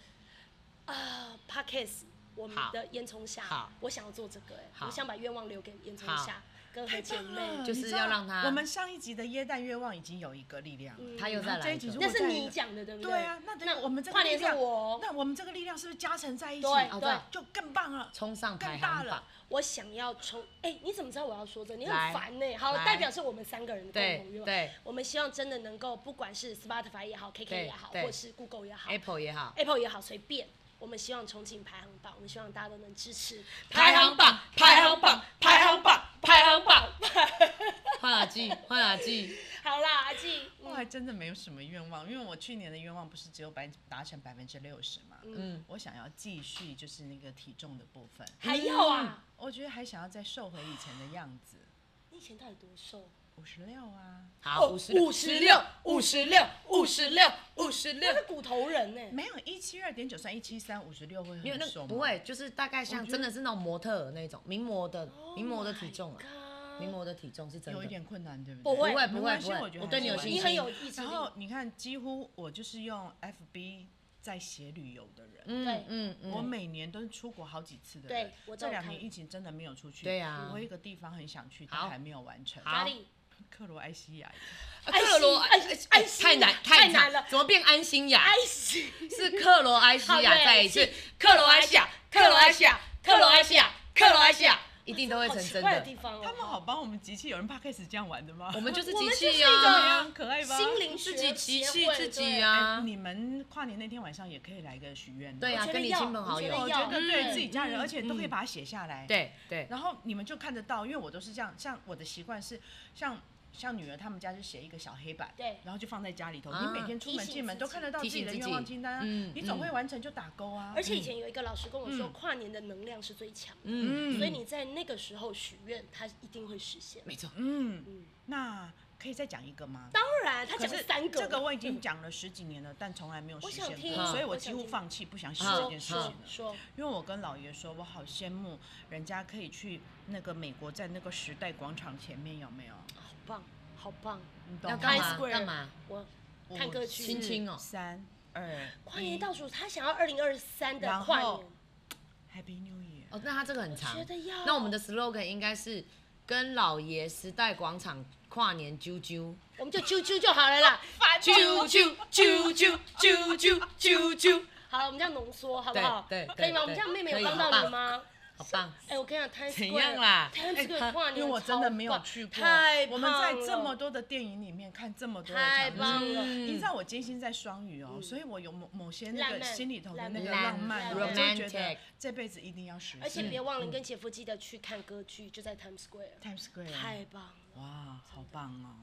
Speaker 4: 啊 p a d k a s 我们
Speaker 3: 好
Speaker 4: 的烟囱虾
Speaker 3: 好，
Speaker 4: 我想要做这个、欸，
Speaker 3: 好
Speaker 4: 我想把愿望留给烟囱虾
Speaker 3: 好
Speaker 4: 跟何姐妹，
Speaker 3: 就是
Speaker 2: 你知道
Speaker 3: 要让他
Speaker 2: 我们上一集的耶诞愿望已经有一个力量了，
Speaker 4: 嗯
Speaker 3: 他又
Speaker 2: 然
Speaker 3: 再
Speaker 2: 后这
Speaker 3: 来
Speaker 2: 一
Speaker 3: 一
Speaker 2: 集
Speaker 3: 个
Speaker 2: 如。果
Speaker 4: 那是
Speaker 2: 再
Speaker 4: 你讲的对不对？
Speaker 2: 对啊，那等于我们这个
Speaker 4: 跨
Speaker 2: 力
Speaker 4: 年是
Speaker 2: 量，
Speaker 4: 我，
Speaker 2: 那我们这个力量是不是加成在一起？
Speaker 4: 对
Speaker 3: 哦
Speaker 4: 对
Speaker 3: 对，
Speaker 2: 就更棒啊了。
Speaker 3: 冲上排
Speaker 2: 更大
Speaker 3: 行
Speaker 2: 了
Speaker 3: 榜。
Speaker 4: 我想要从，哎、你怎么知道我要说这？你很
Speaker 3: 来
Speaker 4: 烦呢、好，
Speaker 3: 来
Speaker 4: 代表是我们三个人的共
Speaker 3: 对
Speaker 4: 同愿望。
Speaker 3: 对
Speaker 4: 我们希望真的能够，不管是 Spotify 也好，KK
Speaker 3: 对
Speaker 4: 也好，
Speaker 3: 对
Speaker 4: 或是 Google 也好
Speaker 3: ，Apple 也好，
Speaker 4: Apple 也好，随便。我们希望重庆排行榜，我们希望大家都能支持
Speaker 3: 排行榜排行榜排行
Speaker 4: 榜，排行榜。
Speaker 3: 换哪季？换哪季？
Speaker 4: 好啦，阿嗯纪，
Speaker 2: 我还真的没有什么愿望，因为我去年的愿望不是只有百达成百分之六十嘛，
Speaker 3: 嗯，
Speaker 2: 我想要继续就是那个体重的部分，
Speaker 4: 还要啊？
Speaker 3: 嗯
Speaker 2: 我觉得还想要再瘦回以前的样子，
Speaker 4: 你以前到底多瘦？
Speaker 2: 五十六啊，
Speaker 3: 嗯好，
Speaker 4: 哦
Speaker 3: 五十六，
Speaker 4: 56
Speaker 3: 五十六，五十六，五十六
Speaker 4: 那。是骨头人呢、
Speaker 2: 没有一七二点九算一七三，五十六会
Speaker 3: 没有
Speaker 2: 很
Speaker 3: 那
Speaker 2: 瘦吗？
Speaker 3: 不会，就是大概像
Speaker 2: 我觉得
Speaker 3: 真的是那种模特儿那种名模的
Speaker 4: Oh
Speaker 3: 名模的体重啊，
Speaker 4: my
Speaker 3: 名
Speaker 4: god
Speaker 3: 模的体重是真
Speaker 2: 有一
Speaker 3: 的。
Speaker 2: 点困难，对不
Speaker 4: 不
Speaker 2: 对？
Speaker 3: 不会
Speaker 4: 会
Speaker 3: 不
Speaker 2: 没
Speaker 3: 会
Speaker 2: 关
Speaker 3: 不
Speaker 2: 系我
Speaker 3: 会
Speaker 2: 觉，得
Speaker 3: 我对你有
Speaker 2: 还是
Speaker 3: 信
Speaker 4: 你很
Speaker 3: 心。
Speaker 4: 有意志
Speaker 2: 然
Speaker 4: 力。
Speaker 2: 后你看，几乎我就是用 FB 在写旅游的人，
Speaker 4: 对
Speaker 3: 嗯嗯
Speaker 2: 我
Speaker 3: 嗯，
Speaker 2: 每年都是出国好几次的
Speaker 4: 对
Speaker 2: 人。
Speaker 4: 我都
Speaker 2: 这
Speaker 4: 有
Speaker 2: 两
Speaker 4: 看
Speaker 2: 年疫情真的没有出去。
Speaker 3: 对呀
Speaker 2: 我有一个地方很想去，但
Speaker 3: 好
Speaker 2: 还没有完成。
Speaker 4: 哪
Speaker 3: 好
Speaker 4: 里？
Speaker 2: 克罗埃西亚。
Speaker 4: 安
Speaker 3: 哎克罗哎
Speaker 4: 安安心
Speaker 3: 太难
Speaker 4: 太
Speaker 3: 长
Speaker 4: 难了
Speaker 3: 怎么变安心呀？
Speaker 4: 埃及。
Speaker 3: 是克罗埃西
Speaker 4: 好
Speaker 3: 亚
Speaker 4: 对
Speaker 3: 再一次
Speaker 4: 是，
Speaker 3: 克罗埃西亚，克罗埃西亚，克罗埃西亚，克罗埃西亚，一定都会
Speaker 4: 好
Speaker 3: 成
Speaker 4: 奇
Speaker 3: 真
Speaker 4: 怪
Speaker 3: 的
Speaker 4: 的。地方哦。
Speaker 2: 他们好帮我们集气，有人怕开始这样玩的吗？
Speaker 3: 我们就是
Speaker 4: 我
Speaker 3: 机
Speaker 4: 们就是
Speaker 3: 器
Speaker 4: 一 个
Speaker 2: 对
Speaker 3: 啊，
Speaker 2: 啊，可爱吧？
Speaker 4: 心灵
Speaker 3: 自己集气
Speaker 4: 学协会
Speaker 3: 自己。
Speaker 4: 对
Speaker 2: 哎
Speaker 3: 啊。
Speaker 2: 你们跨年那天晚上也可以来个许愿。
Speaker 3: 对啊
Speaker 4: 我觉得
Speaker 3: 跟你
Speaker 4: 要
Speaker 3: 亲朋好友
Speaker 4: 我
Speaker 2: 我
Speaker 4: 觉
Speaker 2: 觉
Speaker 4: 得
Speaker 2: 得
Speaker 4: 要
Speaker 2: 对
Speaker 4: 嗯
Speaker 2: 自己家人，
Speaker 3: 嗯
Speaker 2: 而且都可以
Speaker 3: 嗯
Speaker 2: 把它写下来。。
Speaker 3: 对对，
Speaker 2: 然后你们就看得到，因为我都是这样，像我的习惯是，像像女儿他们家就写一个小黑板，
Speaker 4: 对
Speaker 2: 然后就放在家里头，
Speaker 3: 啊
Speaker 2: 你每天出门进门都
Speaker 4: 提醒自己
Speaker 2: 看得到自己的
Speaker 3: 提醒自
Speaker 2: 愿
Speaker 3: 己
Speaker 2: 望清单啊，
Speaker 3: 嗯
Speaker 2: 你总会完成就打勾啊。
Speaker 4: 而且以前有一个老师跟我说，
Speaker 2: 嗯
Speaker 4: 跨年的能量是最强的，
Speaker 3: 嗯，
Speaker 4: 所以你在那个时候许愿，它一定会实现。
Speaker 3: 没错，
Speaker 2: 嗯，
Speaker 4: 嗯，
Speaker 2: 那可以再讲一个吗？
Speaker 4: 当然，他
Speaker 2: 可
Speaker 4: 讲
Speaker 2: 是
Speaker 4: 三个，
Speaker 2: 这个我已经讲了十几年了，但从来没有实
Speaker 4: 我
Speaker 2: 现
Speaker 4: 想听
Speaker 2: 过，所以
Speaker 4: 我
Speaker 2: 我几
Speaker 4: 想
Speaker 2: 乎
Speaker 4: 听
Speaker 2: 放弃，不想写
Speaker 3: 啊
Speaker 2: 这
Speaker 4: 说
Speaker 2: 件事情
Speaker 4: 说
Speaker 2: 了。
Speaker 4: 说，
Speaker 2: 因为我跟老爷说，我好羡慕人家可以去那个美国，在那个时代广场前面有没有？
Speaker 4: 好棒，好棒！
Speaker 2: 你懂
Speaker 3: 要
Speaker 2: 吗？
Speaker 3: 干
Speaker 4: 开
Speaker 3: 嘛
Speaker 4: Square
Speaker 3: 干嘛？
Speaker 4: 我看歌曲，
Speaker 3: 亲亲哦
Speaker 2: 三二
Speaker 4: 跨年倒数，他想要二零二三的
Speaker 2: 然
Speaker 4: 跨
Speaker 2: 后
Speaker 4: 年，
Speaker 2: Happy New Year。
Speaker 3: 哦，那他这个很长
Speaker 4: 觉。得要。
Speaker 3: 那我们的 slogan 应该是跟老爷时代广场跨年啾啾
Speaker 4: 我们就啾啾就哎好了啦，
Speaker 3: 啾啾啾啾啾啾啾 啾，
Speaker 4: 好了，我们这样浓缩好不好？
Speaker 3: 对对
Speaker 4: 可以吗？
Speaker 3: 对
Speaker 4: 我们这样妹妹有
Speaker 3: 可以
Speaker 4: 帮
Speaker 3: 好
Speaker 4: 到你
Speaker 3: 棒
Speaker 4: 吗？
Speaker 3: 好棒！
Speaker 4: 哎，我跟你讲，Times
Speaker 3: 怎
Speaker 4: Square-
Speaker 3: 样啦
Speaker 4: Times Square
Speaker 3: 哎
Speaker 4: 跨年，
Speaker 2: 因为我真的没有去过，
Speaker 4: 太棒
Speaker 2: 我们在这
Speaker 4: 了
Speaker 2: 么多的电影里面看这么多的
Speaker 4: 太
Speaker 2: 场
Speaker 4: 棒
Speaker 2: 景，
Speaker 4: 了。
Speaker 3: 嗯
Speaker 4: 嗯
Speaker 2: 你知道我金星在双鱼哦，所以我有某某些那
Speaker 4: 浪
Speaker 2: 个
Speaker 4: 漫
Speaker 2: 心里头的那个
Speaker 3: 浪
Speaker 2: 浪漫，我
Speaker 4: 浪
Speaker 2: 就
Speaker 4: 漫
Speaker 2: 觉得
Speaker 3: romantic
Speaker 2: 这辈子一定要实
Speaker 4: 而且
Speaker 2: 现。
Speaker 4: 别忘了，你跟姐夫记得去看歌剧，就在 Times Square，
Speaker 2: Times Square，
Speaker 4: 太棒了，
Speaker 2: 哇，好棒哦！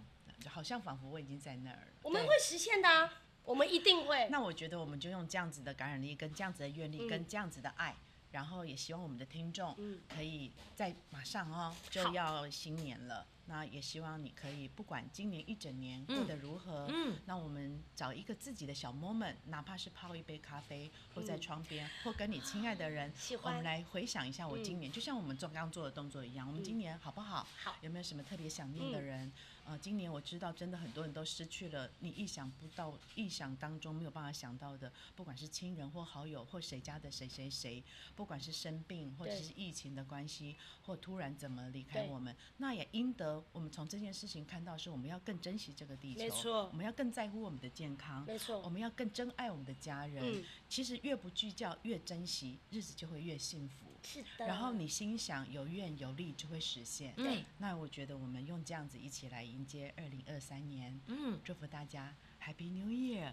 Speaker 2: 好像仿佛我已经在那儿了。
Speaker 4: 我们会实现的啊，我们一定会。
Speaker 2: 那我觉得我们就用这样子的感染力，跟这样子的愿力，跟这样子的爱，然后也希望我们的听众
Speaker 4: 嗯嗯
Speaker 2: 可以在马上哦就
Speaker 4: 好
Speaker 2: 要新年了，那也希望你可以不管今年一整年过得如何，
Speaker 3: 嗯，
Speaker 2: 那我们找一个自己的小 moment，哪怕是泡一杯咖啡，或在窗边，或跟你亲爱的人，
Speaker 4: 嗯喜
Speaker 2: 我
Speaker 4: 欢嗯
Speaker 2: 们来回想一下我今年，就像我们做刚刚做的动作一样，我们今年好不好？
Speaker 4: 好
Speaker 2: 有没有什么特别想念的
Speaker 4: 嗯
Speaker 2: 人？呃，今年我知道真的很多人都失去了你意想不到、意想当中没有办法想到的，不管是亲人或好友或谁家的谁谁谁，不管是生病或者
Speaker 4: 对
Speaker 2: 是疫情的关系，或突然怎么离开
Speaker 4: 对
Speaker 2: 我们，那也应得我们从这件事情看到是我们要更珍惜这个地球，
Speaker 4: 没错
Speaker 2: 我们要更在乎我们的健康，
Speaker 4: 没
Speaker 2: 我
Speaker 4: 错，
Speaker 2: 们要更珍爱我们的家人。
Speaker 4: 嗯
Speaker 2: 其实越不计较，越珍惜，日子就会越幸福。
Speaker 4: 是的。
Speaker 2: 然后你心想有愿有力就会实现。
Speaker 3: 嗯
Speaker 2: 那我觉得我们用这样子一起来迎接二零二三年，
Speaker 4: 哦
Speaker 3: 嗯
Speaker 2: 祝福大家 Happy New Year！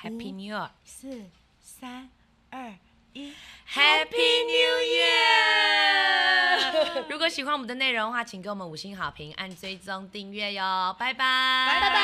Speaker 3: ，Happy New Year。
Speaker 2: 四三二一。
Speaker 3: Happy New Year！如果喜欢我们的内容的话，请给我们五星好评、按追踪、订阅哟，拜拜，
Speaker 2: 拜拜